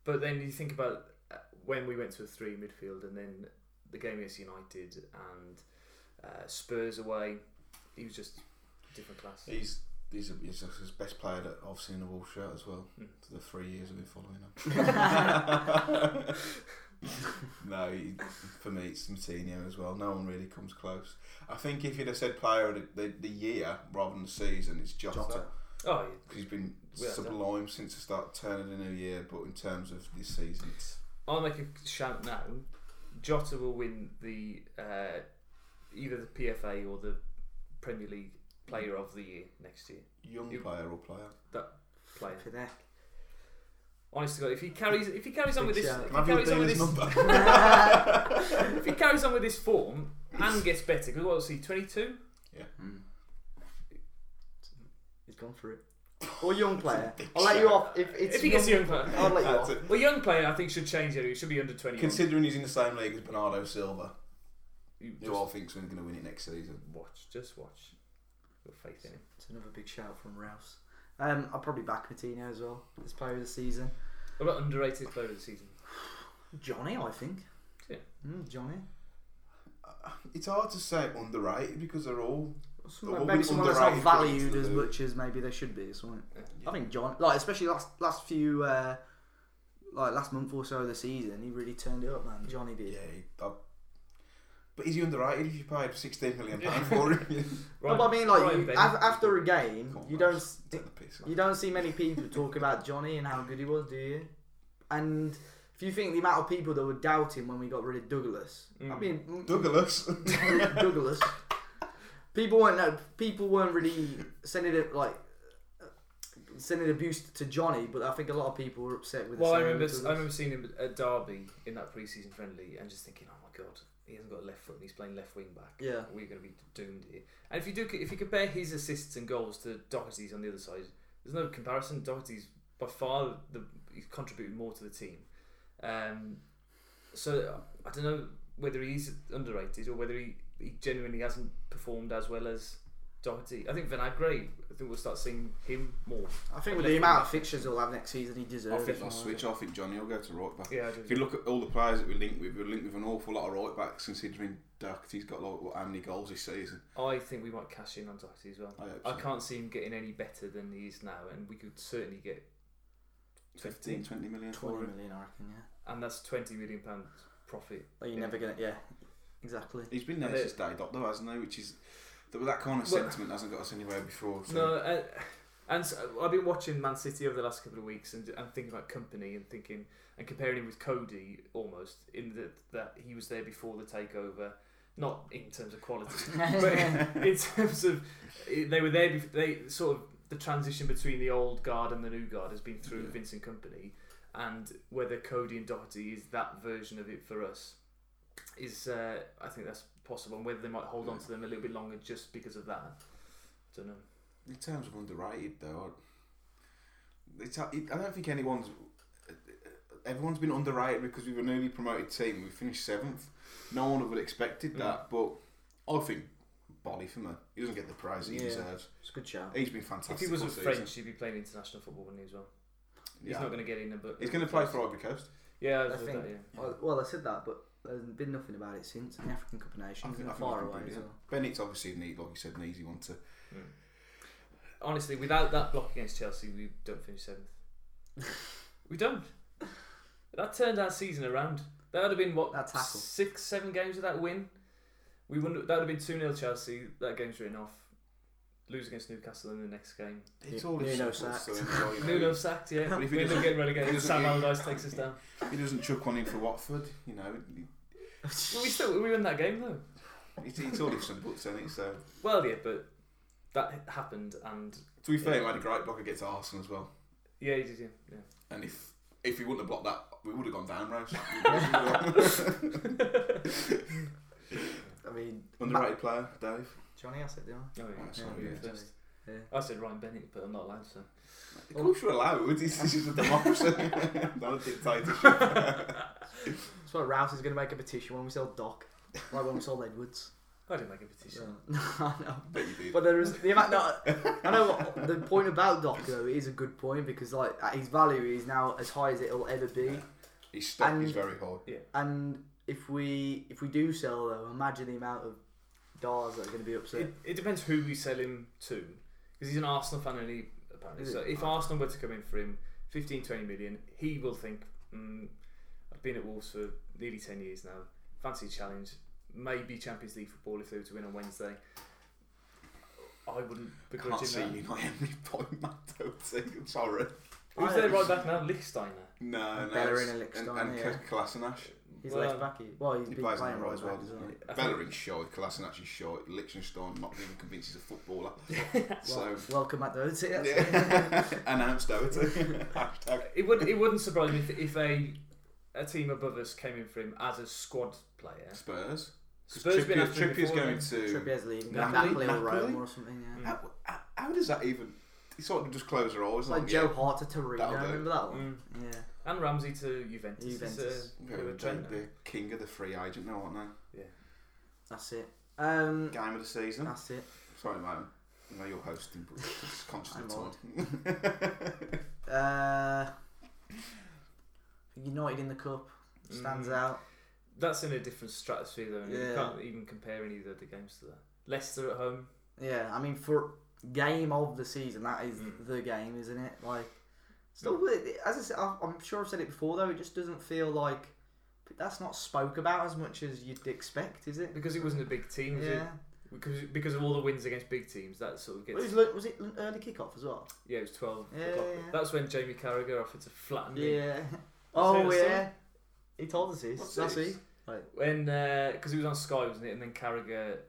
Speaker 3: But then you think about uh, when we went to a three midfield, and then the game against United and uh, Spurs away. He was just a different class.
Speaker 2: He's he's, he's his best player that I've seen in the Wolves shirt as well.
Speaker 3: Mm.
Speaker 2: For the three years I've been following him. no, he, for me it's Matinho as well. No one really comes close. I think if you'd have said player of the, the, the year rather than the season, it's Jota.
Speaker 1: Jota.
Speaker 3: Oh,
Speaker 2: he he's been
Speaker 3: Yeah,
Speaker 2: sublime since the start turn of the new year, but in terms of this season, it's
Speaker 3: yeah. I'll make a shout now. Jota will win the uh, either the PFA or the Premier League Player of the Year next year.
Speaker 2: young
Speaker 3: You-
Speaker 2: player or player.
Speaker 3: Player.
Speaker 1: Flipping heck.
Speaker 3: Honestly, God, if he carries if he carries on with this
Speaker 1: Big shout.
Speaker 3: if
Speaker 2: Can I
Speaker 3: he
Speaker 2: have your
Speaker 3: carries on
Speaker 2: dealer's
Speaker 3: with this
Speaker 2: number?
Speaker 3: if he carries on with this form and gets better, because what was he, 22?
Speaker 1: Mm. He's gone for it. Or young player. I'll let
Speaker 2: shout.
Speaker 1: you off if it's.
Speaker 3: if he gets a young player.
Speaker 1: I'll let you
Speaker 2: That's
Speaker 1: off.
Speaker 2: it.
Speaker 3: Well, young player, I think, should change it. It should be under 21.
Speaker 2: Considering he's in the same league as Bernardo Silva,
Speaker 3: You
Speaker 2: who I
Speaker 3: just
Speaker 2: think's going to win it next season.
Speaker 3: watch, just watch. Got faith in him.
Speaker 1: It's another big shout from Rouse. Um, I'll probably back Matinho as well. His player of the season.
Speaker 3: What about underrated player of the season?
Speaker 1: Johnny, I think.
Speaker 3: Yeah.
Speaker 1: Mm, Johnny.
Speaker 2: It's hard to say underrated because they're all
Speaker 1: Someone,
Speaker 2: will
Speaker 1: maybe
Speaker 2: be
Speaker 1: someone that's not
Speaker 2: underrated going into
Speaker 1: valued
Speaker 2: the
Speaker 1: as
Speaker 2: league.
Speaker 1: much as maybe they should be or something.
Speaker 2: Yeah.
Speaker 1: I think John, like especially last last few, uh, like last month or so of the season, he really turned it up, man. Johnny did.
Speaker 2: Yeah, he- I- but is he underrated if you paid sixteen million pound for him?
Speaker 1: No, but I mean, like you, af- after a game,
Speaker 2: Come on,
Speaker 1: you
Speaker 2: guys.
Speaker 1: don't s-
Speaker 2: Take the piss.
Speaker 1: you don't see many people talk about Johnny and how good he was, do you? And if you think the amount of people that would doubt him when we got rid of Douglas, I
Speaker 3: Mm.
Speaker 1: mean mm,
Speaker 2: Douglas.
Speaker 1: Douglas, people weren't no, people weren't really sending it like uh, sending abuse to Johnny, but I think a lot of people were upset with. the
Speaker 3: Well, I
Speaker 1: scenario
Speaker 3: remember,
Speaker 1: with
Speaker 3: I
Speaker 1: Douglas.
Speaker 3: remember seeing him at Derby in that pre-season friendly and just thinking, oh my god, he hasn't got a left foot and he's playing left wing back.
Speaker 1: Yeah.
Speaker 3: we're going to be doomed here. And if you do, if you compare his assists and goals to Doherty's on the other side, there's no comparison. Doherty's by far the he's contributed more to the team. Um, so I don't know whether he's underrated or whether he, he genuinely hasn't performed as well as Doherty. I think Vinagre. I think we'll start seeing him more.
Speaker 1: I think with the amount of fixtures he'll have next season, he deserves.
Speaker 2: I think I'll
Speaker 1: more.
Speaker 2: switch. I think Johnny will go to right back.
Speaker 3: Yeah, I
Speaker 2: If you look at all the players that we linked with, we're linked with an awful lot of right backs. Considering Doherty's got like what, how many goals this season?
Speaker 3: I think we might cash in on Doherty as well.
Speaker 2: I hope
Speaker 3: I
Speaker 2: so.
Speaker 3: can't see him getting any better than he is now, and we could certainly get
Speaker 2: 15, 20 million. for
Speaker 1: 20
Speaker 2: him.
Speaker 1: million, I reckon, yeah.
Speaker 3: and that's twenty million pounds profit.
Speaker 1: Like, you're
Speaker 3: Yeah.
Speaker 1: never going to, yeah, exactly.
Speaker 2: He's been there
Speaker 3: And it-
Speaker 2: since day dot though, hasn't he? Which is that, that kind of
Speaker 3: Well-
Speaker 2: sentiment hasn't got us anywhere before. So.
Speaker 3: No, uh, and so I've been watching Man City over the last couple of weeks and, and thinking about company and thinking and comparing him with Cody almost in that that he was there before the takeover, not in terms of quality, but in terms of they were there. bef- They sort of the transition between the old guard and the new guard has been through
Speaker 2: Yeah.
Speaker 3: Vincent Company, and whether Cody and Doherty is that version of it for us is uh, I think that's possible, and whether they might hold on to them a little bit longer just because of that. Don't know.
Speaker 2: In terms of underrated, though, I- it's, I I don't think anyone's. Everyone's been underrated because we were a newly promoted team. We finished seventh. No one would have expected that,
Speaker 3: Mm.
Speaker 2: but I think Bolly for me. He doesn't get the praise he
Speaker 1: Yeah.
Speaker 2: deserves.
Speaker 1: It's a good shout.
Speaker 2: He's been fantastic.
Speaker 3: If he wasn't
Speaker 2: all season.
Speaker 3: French, he'd be playing international football, wouldn't he, as well? He's
Speaker 2: Yeah.
Speaker 3: not going to get in, but
Speaker 2: He's going to play for Ivory Coast.
Speaker 3: Yeah, I,
Speaker 1: I
Speaker 3: heard
Speaker 1: think-
Speaker 3: that, yeah.
Speaker 1: Well, well, I said that, but there's been nothing about it since. The African Cup of
Speaker 2: I
Speaker 1: Nations
Speaker 2: think-
Speaker 1: and
Speaker 2: I think
Speaker 1: far
Speaker 2: he can
Speaker 1: away
Speaker 2: do
Speaker 1: as
Speaker 2: that.
Speaker 1: well.
Speaker 2: Bennett's obviously, an, e- like you said, an easy one to.
Speaker 3: Hmm. Honestly, without that block against Chelsea, we don't finish seventh. we don't. That turned our season around. That would have been what
Speaker 1: That tackle.
Speaker 3: six, seven games with that win. We wouldn't. That would have been two 0 Chelsea. That game's written off. Lose against Newcastle in the next game.
Speaker 2: It's
Speaker 1: Yeah.
Speaker 2: all his
Speaker 1: Nuno
Speaker 2: support
Speaker 1: sacked.
Speaker 2: still in the role, you know.
Speaker 3: Nuno sacked. Yeah,
Speaker 2: But
Speaker 3: we
Speaker 2: if he
Speaker 3: end up
Speaker 2: doesn't-
Speaker 3: getting relegated.
Speaker 2: doesn't
Speaker 3: Sam
Speaker 2: get-
Speaker 3: Allardyce takes us down.
Speaker 2: He doesn't chuck one in for Watford, you know.
Speaker 3: Well, we still we win that game though.
Speaker 2: It's, it's all ifs and buts, isn't it? So,
Speaker 3: Well, yeah, but that happened, and
Speaker 2: to be fair, he had a great block against Arsenal as well.
Speaker 3: yeah, he did. Yeah, yeah.
Speaker 2: And if if he wouldn't have blocked that, we would have gone down, Rose.
Speaker 3: Oh,
Speaker 1: I mean,
Speaker 2: Underrated player, Dave.
Speaker 1: Johnny, I said, didn't
Speaker 3: Oh, yeah.
Speaker 2: Right,
Speaker 1: sorry,
Speaker 3: Yeah,
Speaker 1: yeah.
Speaker 3: first.
Speaker 1: I? Yeah.
Speaker 3: I said Ryan Bennett, but I'm not allowed to.
Speaker 2: Of course you're allowed. This, this is a democracy, not a dictatorship.
Speaker 1: That's why Rouse is going to make a petition when we sell Doc, like when we sold Edwards.
Speaker 3: I didn't make a petition.
Speaker 1: No, I know.
Speaker 2: Bet you did.
Speaker 1: But there is the amount. No, I know what, the point about Doc though is a good point because like at his value is now as high as it'll ever be.
Speaker 2: His stock
Speaker 1: And-
Speaker 2: is very high.
Speaker 1: and if we if we do sell though, imagine the amount of Dars that are going to be upset.
Speaker 3: It, it depends who we sell him to, because he's an Arsenal fan and he apparently.
Speaker 1: Is
Speaker 3: So
Speaker 1: it?
Speaker 3: if Arsenal were to come in for him, 15, 20 million, he will think, mm, I've been at Wolves for nearly ten years now. Fancy a challenge, maybe Champions League football if they were to win on Wednesday. I wouldn't
Speaker 2: I can't
Speaker 3: begrudge
Speaker 2: see
Speaker 3: him
Speaker 2: you
Speaker 3: that.
Speaker 2: not having point Matt Doherty. Sorry.
Speaker 3: Who's their right back now? Lichsteiner.
Speaker 2: No, no.
Speaker 1: Bellerin
Speaker 2: it's-
Speaker 1: and
Speaker 2: and,
Speaker 1: Lichtsteiner,
Speaker 2: and
Speaker 1: yeah.
Speaker 2: Kolasinac.
Speaker 1: He's
Speaker 3: Well,
Speaker 1: left back. He, well, he's
Speaker 2: He
Speaker 1: been
Speaker 2: plays
Speaker 1: playing
Speaker 2: on the right as well,
Speaker 1: back,
Speaker 2: doesn't
Speaker 1: isn't
Speaker 2: he?
Speaker 1: he?
Speaker 3: I think-
Speaker 2: Bellerin's short, Kolasinac is short, Lichtenstein not even convinced he's a footballer. so,
Speaker 1: Well, welcome back though. to it.
Speaker 2: yeah. Announced Doherty. Hashtag.
Speaker 3: It wouldn't. It wouldn't surprise me if, if a a team above us came in for him as a squad player.
Speaker 2: Spurs. 'Cause
Speaker 3: Trippier's
Speaker 2: Trippier- Trippier's going to.
Speaker 1: Trippier's leaving Napoli
Speaker 2: Napoli?
Speaker 1: or
Speaker 2: Napoli?
Speaker 1: Rome or something. Yeah.
Speaker 2: How, how- how does that even. He sort of just close her eyes.
Speaker 1: It's like
Speaker 2: and,
Speaker 1: Joe
Speaker 2: yeah,
Speaker 1: Hart to Torino.
Speaker 2: That'll do.
Speaker 1: Remember that
Speaker 3: Mm.
Speaker 1: one? Yeah.
Speaker 3: And Ramsey to Juventus.
Speaker 1: Juventus.
Speaker 3: It's, uh,
Speaker 2: They're,
Speaker 3: a trend now.
Speaker 2: they're king of the free agent now, aren't
Speaker 1: That's it. Um,
Speaker 2: they? Game of the season.
Speaker 1: that's it.
Speaker 2: Sorry, mate. I know you're hosting, but it's conscious of
Speaker 1: I'm
Speaker 2: time.
Speaker 1: old. Uh, United in the cup stands
Speaker 3: Mm.
Speaker 1: out.
Speaker 3: That's in a different stratosphere, though. and You
Speaker 1: Yeah.
Speaker 3: can't even compare any of the other games to that. Leicester at home.
Speaker 1: Yeah, I mean for game of the season, that is
Speaker 3: Mm.
Speaker 1: the game, isn't it? Like, still, weird. as I said, I- I'm sure I've said it before though. It just doesn't feel like that's not spoke about as much as you'd expect, is it?
Speaker 3: Because it wasn't a big team, was
Speaker 1: Yeah.
Speaker 3: it? Because, because of all the wins against big teams, that sort of
Speaker 1: It
Speaker 3: gets.
Speaker 1: was, lo- was it an early kickoff as well?
Speaker 3: Yeah, it was 12
Speaker 1: Yeah,
Speaker 3: o'clock.
Speaker 1: yeah.
Speaker 3: That's when Jamie Carragher offered to flatten me.
Speaker 1: Yeah.
Speaker 3: it
Speaker 1: Oh
Speaker 3: a
Speaker 1: yeah. He told us this.
Speaker 2: What's
Speaker 1: That's
Speaker 2: this?
Speaker 1: he. Like,
Speaker 3: When because it was on Sky, wasn't it? And then Carragher,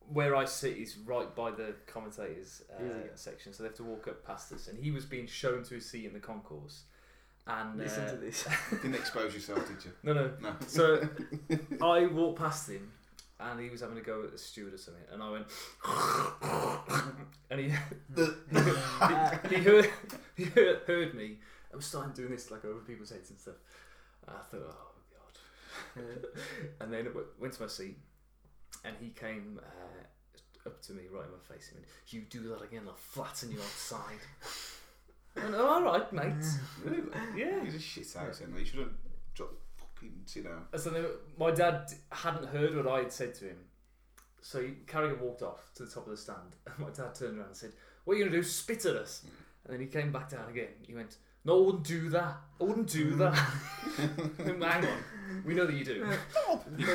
Speaker 3: where I sit is right by the commentators uh,
Speaker 1: Yeah.
Speaker 3: section, so they have to walk up past us. And he was being shown to his seat in the concourse. And
Speaker 1: listen
Speaker 3: uh,
Speaker 1: to this.
Speaker 2: Didn't expose yourself, did you?
Speaker 3: no, no,
Speaker 2: No.
Speaker 3: So I walked past him, and he was having a go at the steward or something, and I went, and he he, he heard he heard, heard me. I'm starting doing this like over people's heads and stuff. And I thought, oh god. And then w- went to my seat, and he came. Uh, up to me, right in my face, and went, you do that again, I'll flatten you outside. And oh, all right, mate.
Speaker 2: really?
Speaker 3: Yeah,
Speaker 2: He's a shit house, and he should have dropped the fucking sit down.
Speaker 3: And so then my dad hadn't heard what I had said to him. So he- Carragher walked off to the top of the stand. And my dad turned around and said, What are you going to do? Spit at us.
Speaker 2: Hmm.
Speaker 3: And then he came back down again. He went, No, I wouldn't do that. I wouldn't do
Speaker 2: Hmm.
Speaker 3: that. Hang on. We know that you do.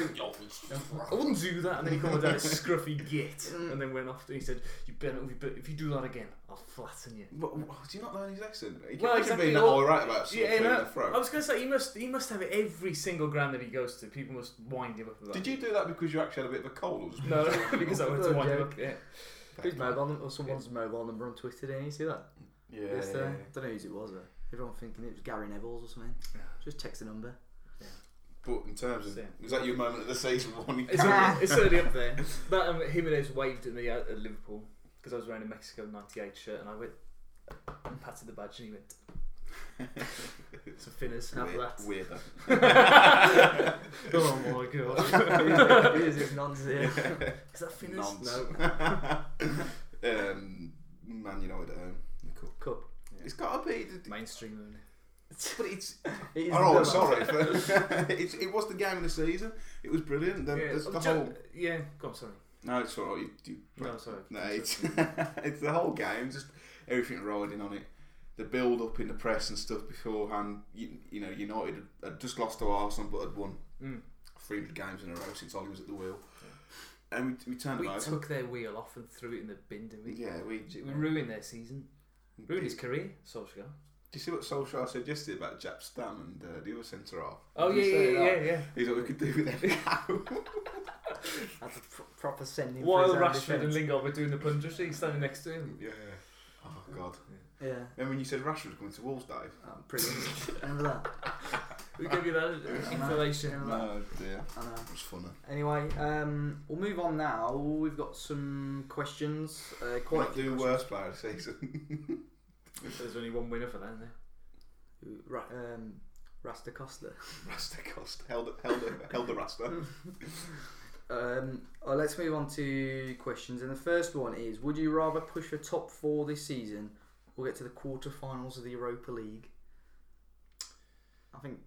Speaker 3: I wouldn't do that. And then he called my dad a scruffy git.
Speaker 1: Hmm.
Speaker 3: And then went off and he said, You better, if you do that again, I'll flatten you.
Speaker 2: But, what, do you not learn his accent? He
Speaker 3: Well,
Speaker 2: well,
Speaker 3: exactly,
Speaker 2: being
Speaker 3: well-
Speaker 2: all right about something
Speaker 3: Yeah,
Speaker 2: in
Speaker 3: no,
Speaker 2: the throat.
Speaker 3: I was going to say, he must, he must have every single ground that he goes to. People must wind him up about
Speaker 2: Did
Speaker 3: it.
Speaker 2: you do that because you actually had a bit of a cold? Or just
Speaker 3: No, because I wanted to
Speaker 1: Good
Speaker 3: wind him
Speaker 1: joke.
Speaker 3: up. Yeah.
Speaker 1: Whose mobile number? Or someone's mobile number on Twitter? Didn't you see that?
Speaker 2: Yeah.
Speaker 1: yesterday. Don't know whose it was. Though. Everyone thinking it was Gary Neville's or something.
Speaker 3: Yeah.
Speaker 1: Just text the number.
Speaker 2: But in terms of.
Speaker 3: Same.
Speaker 2: Was that your moment of the season one?
Speaker 3: It's, certainly- it's certainly up there. That um, Jimenez waved at me at, at Liverpool because I was wearing a Mexico '98 shirt, and I went and patted the badge, and he went. It's a finners. Have
Speaker 2: Weird,
Speaker 3: that.
Speaker 2: weirder.
Speaker 3: oh my god!
Speaker 1: Who is this nonsense?
Speaker 3: Is that finners?
Speaker 2: Nonce.
Speaker 3: No.
Speaker 2: um, Man United at home. The cup.
Speaker 1: Cup.
Speaker 2: It's got to be. the-
Speaker 3: Mainstream. isn't it?
Speaker 2: But it's.
Speaker 1: It is
Speaker 2: Oh,
Speaker 1: the-
Speaker 2: sorry. it's, it was the game of the season. It was brilliant. The,
Speaker 3: Yeah.
Speaker 2: it's
Speaker 3: oh,
Speaker 2: the
Speaker 3: Jo-
Speaker 2: whole.
Speaker 3: yeah. Go on. Sorry.
Speaker 2: No, it's all right. You, you,
Speaker 3: No, sorry.
Speaker 2: no, it's it's the whole game. Just everything riding on it. The build up in the press and stuff beforehand. You, you know, United had, had just lost to Arsenal, but had won
Speaker 3: Mm.
Speaker 2: 300 games in a row since Ollie was at the wheel. And we, we turned
Speaker 3: We
Speaker 2: them over.
Speaker 3: took their wheel off and threw it in the bin, didn't we?
Speaker 2: yeah, we.
Speaker 3: We ruined their season. Ruined his
Speaker 2: Do
Speaker 3: career. Solskjaer.
Speaker 2: you see what Solskjaer said yesterday about Jap Stam and uh, the other centre half?
Speaker 3: Oh
Speaker 2: Did
Speaker 3: yeah,
Speaker 2: you
Speaker 3: yeah,
Speaker 2: say
Speaker 3: yeah,
Speaker 2: that?
Speaker 3: yeah, yeah.
Speaker 2: He's what we could do with them.
Speaker 1: That's a pr- proper sending. for
Speaker 3: While
Speaker 1: his own
Speaker 3: Rashford and
Speaker 1: defence.
Speaker 3: Lingard were doing the punditry, he's standing next to him.
Speaker 2: yeah. Oh God.
Speaker 1: Yeah.
Speaker 2: And when you said Rashford was coming to Wolves, Dave.
Speaker 1: Um, brilliant. Remember that?
Speaker 3: We gave you that information.
Speaker 1: Yeah.
Speaker 2: No, Oh, dear.
Speaker 1: I know.
Speaker 2: That was funny.
Speaker 1: Anyway, um, we'll move on now. We've got some questions. Uh, quite a
Speaker 2: Quite
Speaker 1: few
Speaker 2: do
Speaker 1: questions.
Speaker 2: worst player of the season.
Speaker 3: There's only one winner for that, isn't there?
Speaker 2: uh,
Speaker 1: Ooh, Ra- um, Rasta Costa.
Speaker 2: Rasta Cost. Held held held the Rasta.
Speaker 1: Um, oh, let's move on to questions. And the first one is Would you rather push for top four this season or get to the quarterfinals of the Europa League? I think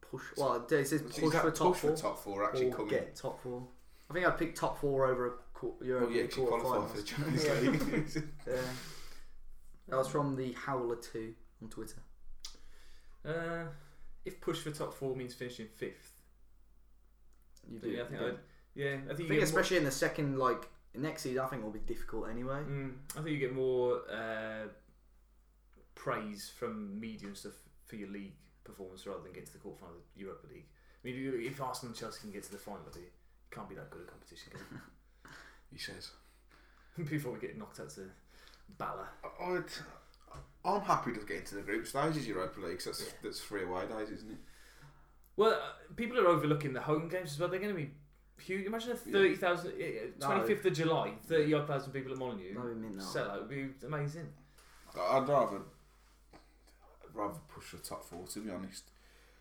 Speaker 1: push. Well, it says
Speaker 2: Is
Speaker 1: push
Speaker 2: that
Speaker 1: for top
Speaker 2: push
Speaker 1: four
Speaker 2: for top four actually
Speaker 1: or
Speaker 2: coming?
Speaker 1: get top four. I think I'd pick top four over a quar- Euro
Speaker 2: Well, Oh, yeah,
Speaker 1: League
Speaker 2: actually qualify for the
Speaker 1: quarterfinals.
Speaker 2: Champions
Speaker 1: Yeah.
Speaker 2: League.
Speaker 1: Yeah. That was from the Howler Two on Twitter.
Speaker 3: Uh, if push for top four means finishing fifth,
Speaker 1: You
Speaker 3: then yeah, I think
Speaker 1: yeah.
Speaker 3: I'd, yeah, I think
Speaker 1: I
Speaker 3: you
Speaker 1: think
Speaker 3: get more-
Speaker 1: especially in the second, like next season, I think will be difficult anyway.
Speaker 3: Mm, I think you get more uh, praise from media and stuff for your league performance rather than get to the quarterfinal of the Europa League. I mean, you- if Arsenal and Chelsea can get to the final, do you? It can't be that good a competition can
Speaker 2: he says,
Speaker 3: it? before we get knocked out to Bala.
Speaker 2: I- I'd, I'm happy to get into the group stages Europa League. 'cause that's
Speaker 3: Yeah.
Speaker 2: that's three away days, isn't it?
Speaker 3: Well, uh, people are overlooking the home games as well. They're going to be huge. Imagine a 30,000, uh,
Speaker 1: No.
Speaker 3: 25th of July, 30 odd thousand people at Molyneux.
Speaker 1: No, we meant that.
Speaker 3: Sellout would be amazing.
Speaker 2: I- I'd rather rather push for top four to be honest.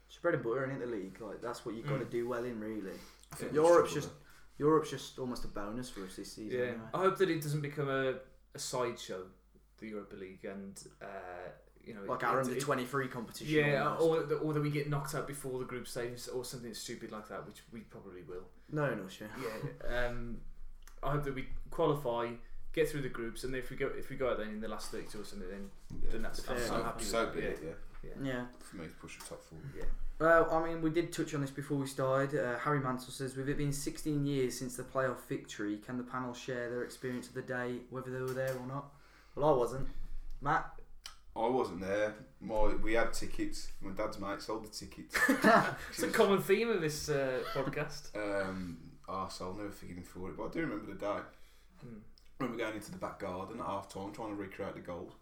Speaker 1: It's bread and butter in it, the league. Like that's what you've got to
Speaker 3: Mm.
Speaker 1: do well in, really.
Speaker 2: I think
Speaker 1: Yeah.
Speaker 2: we'll
Speaker 1: Europe's
Speaker 2: struggle
Speaker 1: Europe's just almost a bonus for us this season.
Speaker 3: Yeah,
Speaker 1: Anyway.
Speaker 3: I hope that it doesn't become a, a sideshow, the Europa League, and uh, you know,
Speaker 1: Like
Speaker 3: it-
Speaker 1: our
Speaker 3: it-
Speaker 1: under
Speaker 3: it-
Speaker 1: twenty three competition.
Speaker 3: Yeah,
Speaker 1: almost.
Speaker 3: or, that- or that we get knocked out before the group stages, or something stupid like that, which we probably will.
Speaker 1: no, no, sure.
Speaker 3: Yeah, um, I hope that we qualify, get through the groups, and if we go if we go out then in the last thirty-two or something, then
Speaker 2: there. Yeah.
Speaker 3: then that's
Speaker 1: Yeah.
Speaker 3: I'm
Speaker 2: so,
Speaker 3: happy.
Speaker 2: so
Speaker 3: with
Speaker 2: be
Speaker 3: that.
Speaker 2: it, yeah.
Speaker 1: Yeah.
Speaker 2: For me to push for top four.
Speaker 3: yeah.
Speaker 1: Well, I mean, we did touch on this before we started. Uh, Harry Mansell says, with it being 16 years since the playoff victory, can the panel share their experience of the day, whether they were there or not? Well, I wasn't. Matt,
Speaker 2: I wasn't there. My we had tickets. My dad's mate sold the tickets.
Speaker 3: It's a common theme of this uh, podcast.
Speaker 2: Um, arse, I'll never forgive him for it. But I do remember the day.
Speaker 3: Hmm.
Speaker 2: I remember going into the back garden at half time trying to recreate the goal.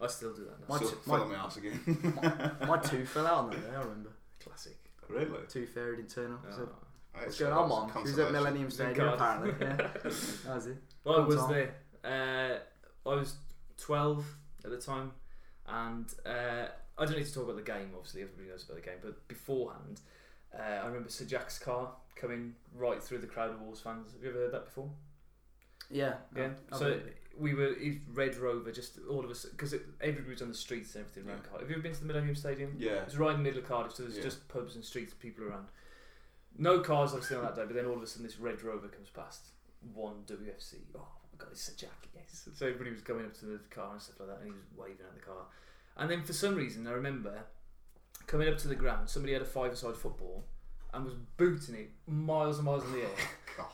Speaker 3: I still do that now.
Speaker 1: My
Speaker 2: so,
Speaker 1: t-
Speaker 2: fell
Speaker 1: my-
Speaker 2: on my ass again.
Speaker 1: my tooth fell out on that day, I remember.
Speaker 3: Classic.
Speaker 2: really?
Speaker 1: Tooth faired internal. So,
Speaker 3: Oh.
Speaker 1: what's going on, Mom? She was at Millennium Stadium,
Speaker 3: God.
Speaker 1: apparently. Yeah. that was it.
Speaker 3: Well, I
Speaker 1: Come
Speaker 3: was
Speaker 1: on.
Speaker 3: there. Uh, I was 12 at the time, and uh, I don't need to talk about the game, obviously, everybody knows about the game, but beforehand, uh, I remember Sir Jack's car coming right through the crowd of Wolves fans. Have you ever heard that before?
Speaker 1: Yeah.
Speaker 3: Yeah.
Speaker 1: I- I
Speaker 3: so
Speaker 1: believe it.
Speaker 3: we were in Red Rover, just all of us, because everybody was on the streets and everything around
Speaker 2: Yeah.
Speaker 3: Cardiff. Have you ever been to the Millennium Stadium?
Speaker 2: Yeah.
Speaker 3: It's right in the middle of Cardiff, so there's
Speaker 2: Yeah.
Speaker 3: just pubs and streets, people around. No cars obviously on that day, but then all of a sudden this red rover comes past. One WFC. Oh my god, it's a jack, yes. So everybody was going up to the car and stuff like that, and he was waving at the car. And then for some reason, I remember coming up to the ground, somebody had a five-a-side football and was booting it miles and miles in the air.
Speaker 2: God.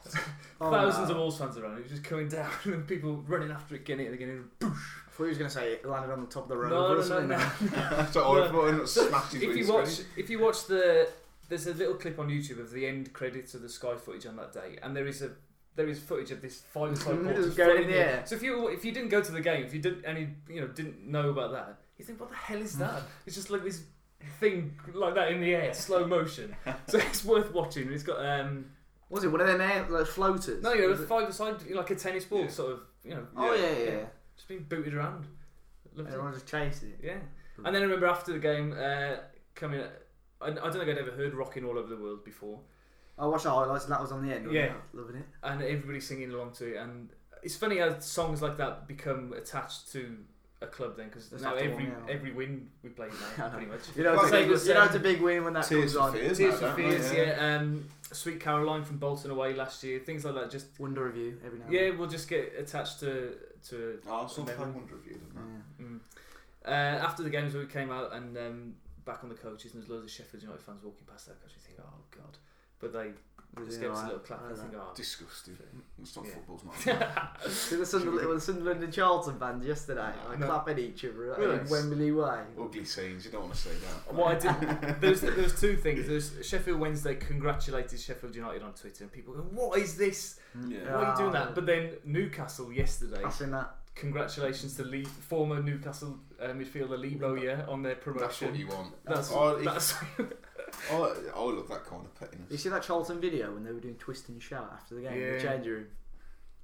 Speaker 1: Oh,
Speaker 3: Thousands
Speaker 1: no.
Speaker 3: of Wolves fans around. It was just coming down, and people running after it, getting it, and getting it.
Speaker 1: I thought he was going to say it landed on the top of the road.
Speaker 3: No,
Speaker 1: or
Speaker 3: no, no,
Speaker 1: something.
Speaker 3: no.
Speaker 2: That's what I
Speaker 3: No.
Speaker 2: thought. and Smashed his
Speaker 3: if you
Speaker 2: windscreen.
Speaker 3: watch if you watch the there's a little clip on YouTube of the end credits of the Sky footage on that day, and there is a there is footage of this five side ball
Speaker 1: It was
Speaker 3: just
Speaker 1: going
Speaker 3: flying
Speaker 1: in the air.
Speaker 3: So if you if you didn't go to the game, if you didn't and you, you know didn't know about that, you think what the hell is that? it's just like this thing like that in the air, slow motion. so it's worth watching. It's got um
Speaker 1: Was it one of them air, like, floaters?
Speaker 3: no you know
Speaker 1: Was
Speaker 3: a
Speaker 1: it-
Speaker 3: five side like a tennis ball
Speaker 2: Yeah.
Speaker 3: sort of you know
Speaker 1: Oh, yeah, yeah.
Speaker 3: Yeah.
Speaker 1: yeah.
Speaker 3: just being booted around. Loved it.
Speaker 1: Everyone just chased it.
Speaker 3: Yeah. And then I remember after the game uh, coming. I, I don't think I'd ever heard "Rocking All Over the World" before,
Speaker 1: I watched the highlights and that was on the end. wasn't
Speaker 3: Yeah.
Speaker 1: it? Loving it.
Speaker 3: and everybody singing along to it. And it's funny how songs like that become attached to a club then, because
Speaker 1: That's
Speaker 3: now
Speaker 1: after
Speaker 3: every
Speaker 1: one, yeah.
Speaker 3: every win we play now, pretty much.
Speaker 1: You know, it's
Speaker 2: Like,
Speaker 1: a big,
Speaker 3: was,
Speaker 1: you know
Speaker 3: um,
Speaker 1: it's a big win when that comes
Speaker 2: Tears for
Speaker 1: on.
Speaker 2: fears.
Speaker 3: Tears
Speaker 2: now,
Speaker 3: for
Speaker 2: don't they?
Speaker 3: Fears, yeah. Um, Sweet Caroline from Bolton away last year, things like that. Just
Speaker 1: Wonder review every now. and
Speaker 3: yeah,
Speaker 1: then.
Speaker 3: we'll just get attached to to.
Speaker 2: Arsenal
Speaker 3: Memory.
Speaker 2: play one review, didn't they?
Speaker 1: Yeah.
Speaker 3: Mm. Uh, after the games, we came out and um, back on the coaches, and there's loads of Sheffield United fans walking past that coach. You think, oh god, but they
Speaker 1: We're
Speaker 3: Just
Speaker 1: doing
Speaker 3: give us a
Speaker 1: alright.
Speaker 3: little clap and think, oh.
Speaker 2: Disgusting. It's not
Speaker 3: Yeah.
Speaker 2: football's not.
Speaker 1: See, the Sunderland, well, the Sunderland and Charlton fans yesterday, like
Speaker 3: No.
Speaker 1: clapping each other at
Speaker 3: Really?
Speaker 1: Wembley Way.
Speaker 2: Ugly scenes. You don't want to see that.
Speaker 3: Well, I didn't. There's, there's two things. There's Sheffield Wednesday congratulated Sheffield United on Twitter, and people go, "What is this? Why
Speaker 2: Yeah.
Speaker 3: are you doing
Speaker 1: Ah.
Speaker 3: that?" But then Newcastle yesterday,
Speaker 1: I've seen that.
Speaker 3: congratulations to Lee, former Newcastle uh, midfielder Lee Bowyer on their
Speaker 2: That's
Speaker 3: promotion.
Speaker 2: what you want.
Speaker 3: That's,
Speaker 2: I, if-
Speaker 3: that's
Speaker 2: I, I love that kind of pettiness.
Speaker 1: You see that Charlton video when they were doing twist and shout after the game in
Speaker 3: Yeah.
Speaker 1: the changing room.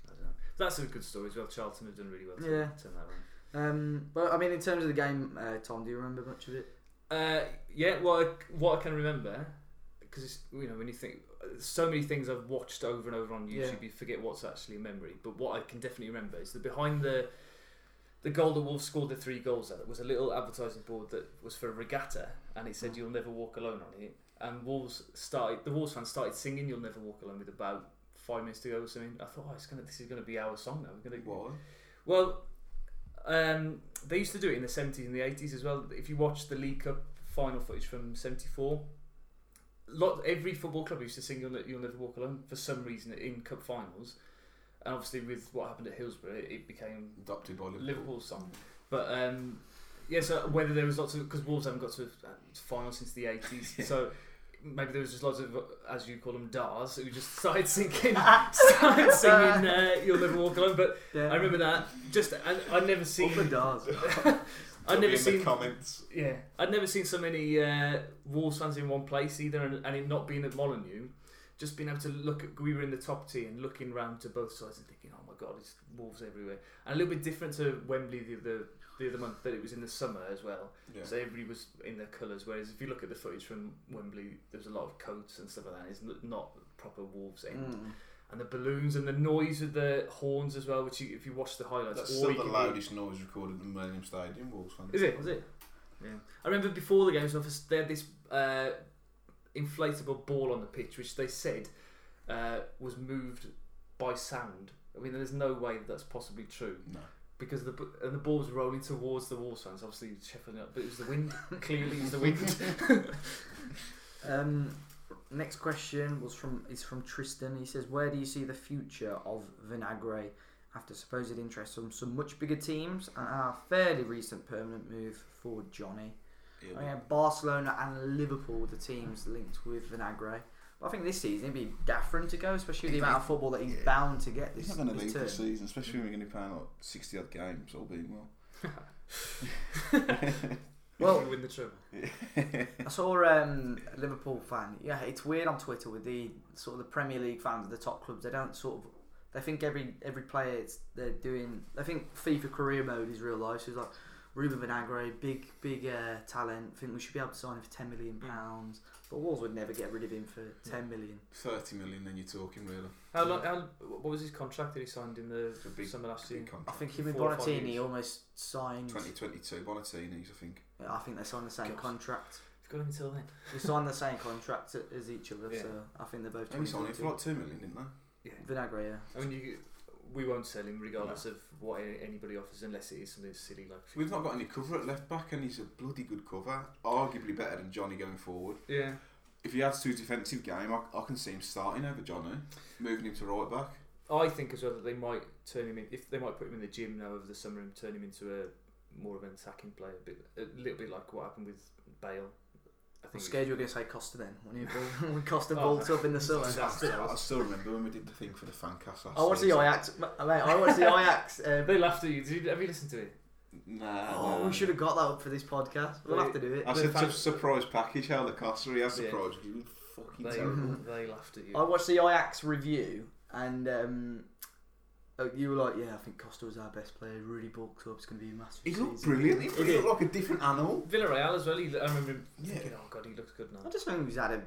Speaker 3: I don't know. That's a good story as well. Charlton have done really well to
Speaker 1: Yeah.
Speaker 3: turn that around.
Speaker 1: Um, but I mean, in terms of the game, uh, Tom, do you remember much of it?
Speaker 3: Uh, yeah, well, I- what I can remember, because you know when you think so many things I've watched over and over on YouTube,
Speaker 1: Yeah.
Speaker 3: you forget what's actually in memory. But what I can definitely remember is that behind the the goal that Wolves scored the three goals at was a little advertising board that was for a regatta, and it said "You'll never walk alone" on it. and Wolves started. The Wolves fans started singing "You'll Never Walk Alone" with about five minutes to go or something. I thought, oh, it's gonna, this is gonna be our song now. We're gonna
Speaker 2: Why?
Speaker 3: well, um, they used to do it in the 70s and the 80s as well. If you watch the League Cup final footage from 74, lot, every football club used to sing You'll, Ne- You'll Never Walk Alone for some reason in cup finals. And obviously, with what happened at Hillsborough, it, it became
Speaker 2: Adopted by Liverpool.
Speaker 3: Liverpool's song. But um, yeah, so whether there was lots of because Wolves haven't got to a final since the eighties, so maybe there was just lots of as you call them dars who just started singing, started singing uh, "You'll Never Walk Alone." But
Speaker 1: Yeah.
Speaker 3: I remember that just I, I'd never
Speaker 1: All the
Speaker 3: seen
Speaker 1: doors.
Speaker 3: I'd
Speaker 2: Put
Speaker 3: never
Speaker 2: in
Speaker 3: seen
Speaker 2: the comments.
Speaker 3: yeah I'd never seen so many uh, Wolves fans in one place either, and, and it not being at Molyneux. Just being able to look at, we were in the top tier and looking round to both sides and thinking, oh my god, it's Wolves everywhere. And a little bit different to Wembley the other, the other month, that it was in the summer as well.
Speaker 2: Yeah.
Speaker 3: So everybody was in their colours. Whereas if you look at the footage from Wembley, there's a lot of coats and stuff like that. It's n- not proper Wolves end.
Speaker 1: Mm.
Speaker 3: And the balloons and the noise of the horns as well, which you, if you watch the highlights,
Speaker 2: That's
Speaker 3: all
Speaker 2: still
Speaker 3: you
Speaker 2: the
Speaker 3: can
Speaker 2: loudest noise recorded in Millennium Stadium, Wolves fans.
Speaker 3: Hear. Is it? Was it? Yeah. I remember before the game, so they had this uh, inflatable ball on the pitch, which they said uh, was moved by sound. I mean, there's no way that that's possibly true
Speaker 2: No.
Speaker 3: because the b- and the ball was rolling towards the Wolves fans, obviously shepherding up, but it was the wind. Clearly, it was the wind.
Speaker 1: Um, next question was from is from Tristan. He says, "Where do you see the future of Vinagre after supposed interest from some much bigger teams and our fairly recent permanent move for Johnny?"
Speaker 2: He'll
Speaker 1: I mean, Barcelona and Liverpool were the teams linked with Vinagre. But I think this season it'd be Gaffron to go, especially with the amount of football that he's
Speaker 2: Yeah.
Speaker 1: bound to get this,
Speaker 2: He's not going to
Speaker 1: this
Speaker 2: leave
Speaker 1: term.
Speaker 2: this season, especially when we're going to be playing like 60 odd games, all being well.
Speaker 1: Well,
Speaker 3: win the treble.
Speaker 1: I saw um, a Liverpool fan. Yeah, it's weird on Twitter with the sort of the Premier League fans, of the top clubs. They don't sort of. They think every every player it's, they're doing. They think FIFA career mode is real life. So it's like Ruben Vinagre, big big uh, talent. Think we should be able to sign him for ten million pounds. But Wolves would never get rid of him for ten million.
Speaker 2: 30 million, then you're talking really.
Speaker 3: How long? How, what was his contract that he signed in the
Speaker 2: It's a big,
Speaker 3: summer last year?
Speaker 2: big contract.
Speaker 1: I think him and
Speaker 3: Four or five
Speaker 1: Bonatini
Speaker 3: years.
Speaker 1: almost signed.
Speaker 2: 2022, Bonatini's, I think.
Speaker 1: I think they signed the same
Speaker 3: God.
Speaker 1: contract.
Speaker 3: We've got him until then.
Speaker 1: They signed the same contract as each other.
Speaker 3: Yeah.
Speaker 1: So I think they're both.
Speaker 2: Only signed it
Speaker 1: 22.
Speaker 2: for like 2 million, didn't they?
Speaker 3: Yeah.
Speaker 1: Vinagre, yeah.
Speaker 3: I mean, you, we won't sell him regardless of what a- anybody offers, unless it is something silly like.
Speaker 2: We've not got any cover at left back, and he's a bloody good cover. Arguably better than Johnny going forward.
Speaker 3: Yeah.
Speaker 2: If he adds to his defensive game, I, I can see him starting over Johnny, moving him to right back.
Speaker 3: I think as well that they might turn him in if they might put him in the gym now over the summer and turn him into a more of an attacking player, a, bit, a little bit like what happened with Bale. I
Speaker 1: I'm
Speaker 3: think
Speaker 1: scared you were going to say Costa then when, you, when Costa
Speaker 3: Oh.
Speaker 1: bulked up in the summer.
Speaker 3: That's it.
Speaker 2: I, I still remember when we did the thing for the fan cast last
Speaker 1: I watched the
Speaker 2: season.
Speaker 1: Ajax, mate. I watched the Ajax. Um,
Speaker 3: they laughed at you. Did you have you listened to it?
Speaker 2: Nah.
Speaker 1: oh,
Speaker 2: nah.
Speaker 1: we should have got that up for this podcast. We'll have to do it.
Speaker 2: That's
Speaker 3: The
Speaker 2: a
Speaker 3: fact-
Speaker 2: su- surprise package. How the cost? He has
Speaker 3: Yeah.
Speaker 2: surprise. You fucking terrible.
Speaker 1: terrible.
Speaker 3: They, they laughed at you.
Speaker 1: I watched the Ajax review, and um, uh, you were like, "Yeah, I think Costa was our best player. Really bulked up. It's going to be a massive."
Speaker 2: He looked
Speaker 1: season."
Speaker 2: brilliant. He,
Speaker 1: He did.
Speaker 2: looked like a different animal.
Speaker 3: Villarreal as well. He, I remember him
Speaker 2: Yeah.
Speaker 3: thinking, "Oh God, he looks good
Speaker 1: I
Speaker 3: now." Mm,
Speaker 1: just think he's had a.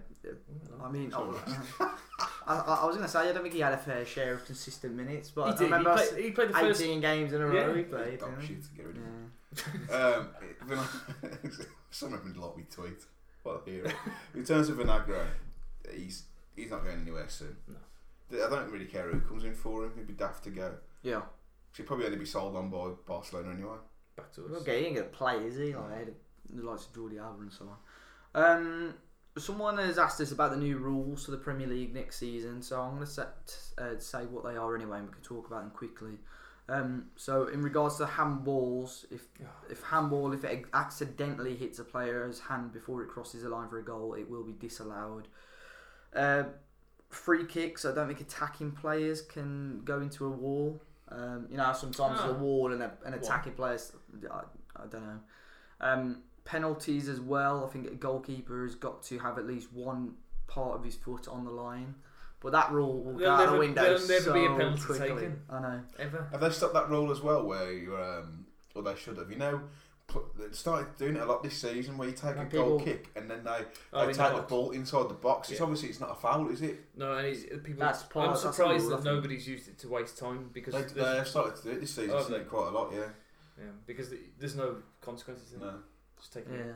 Speaker 3: Oh,
Speaker 1: I mean,
Speaker 2: Sorry.
Speaker 1: I, I, I was going to say I don't think he had a fair share of consistent minutes, but
Speaker 3: He
Speaker 1: I
Speaker 3: did. He
Speaker 1: remember us-
Speaker 3: played, he played the first.
Speaker 1: 18 games in a row
Speaker 3: Yeah.
Speaker 1: he played.
Speaker 2: Dog
Speaker 1: didn't he?
Speaker 2: shit. Get rid of him.
Speaker 1: Yeah.
Speaker 2: Um, Vin- Someone would like me tweet. What a hero. In terms of Vinagre, he's he's not going anywhere soon.
Speaker 3: No.
Speaker 2: I don't really care who comes in for him. He'd be daft to go.
Speaker 1: Yeah.
Speaker 2: She'd probably only be sold on by Barcelona anyway.
Speaker 3: Back to us.
Speaker 1: Okay, he ain't gonna play, is he? Like, the likes of Jordi Alba and so on. Um, someone has asked us about the new rules for the Premier League next season, so I'm gonna set, uh, say what they are anyway, and we can talk about them quickly. Um, so in regards to handballs, if
Speaker 3: Yeah.
Speaker 1: if handball if it accidentally hits a player's hand before it crosses the line for a goal, it will be disallowed. Uh, free kicks. I don't think attacking players can go into a wall. Um, you know, how sometimes
Speaker 3: Ah.
Speaker 1: a wall and a, an
Speaker 3: Why?
Speaker 1: attacking players. I, I don't know. Um, penalties as well. I think a goalkeeper has got to have at least one part of his foot on the line. But that rule will go
Speaker 3: There'll
Speaker 1: out the
Speaker 3: never-
Speaker 1: window
Speaker 3: there'll never
Speaker 1: so
Speaker 3: be a penalty
Speaker 1: quickly.
Speaker 3: taken.
Speaker 1: I know.
Speaker 3: Ever.
Speaker 2: Have they stopped that rule as well? Where you um, or they should have. You know, pl- they started doing it a lot this season. Where you take a
Speaker 1: Like
Speaker 2: goal
Speaker 1: people-
Speaker 2: kick and then they
Speaker 3: Oh,
Speaker 2: they
Speaker 3: in
Speaker 2: take
Speaker 3: the
Speaker 2: the
Speaker 3: box.
Speaker 2: ball inside the box. It's
Speaker 3: Yeah.
Speaker 2: obviously it's not a foul, is it?
Speaker 3: No, and it's, uh, people.
Speaker 1: That's part-
Speaker 3: I'm
Speaker 1: that's a
Speaker 3: surprised
Speaker 1: rule, I
Speaker 3: that
Speaker 1: think.
Speaker 3: nobody's used it to waste time because
Speaker 2: They,
Speaker 3: there's-
Speaker 2: they have started to do it this season.
Speaker 3: Oh,
Speaker 2: haven't
Speaker 3: have
Speaker 2: they?
Speaker 3: they?
Speaker 2: quite a lot, yeah.
Speaker 3: yeah, because there's no consequences. In it.
Speaker 2: No.
Speaker 3: Just taking it.
Speaker 1: Yeah.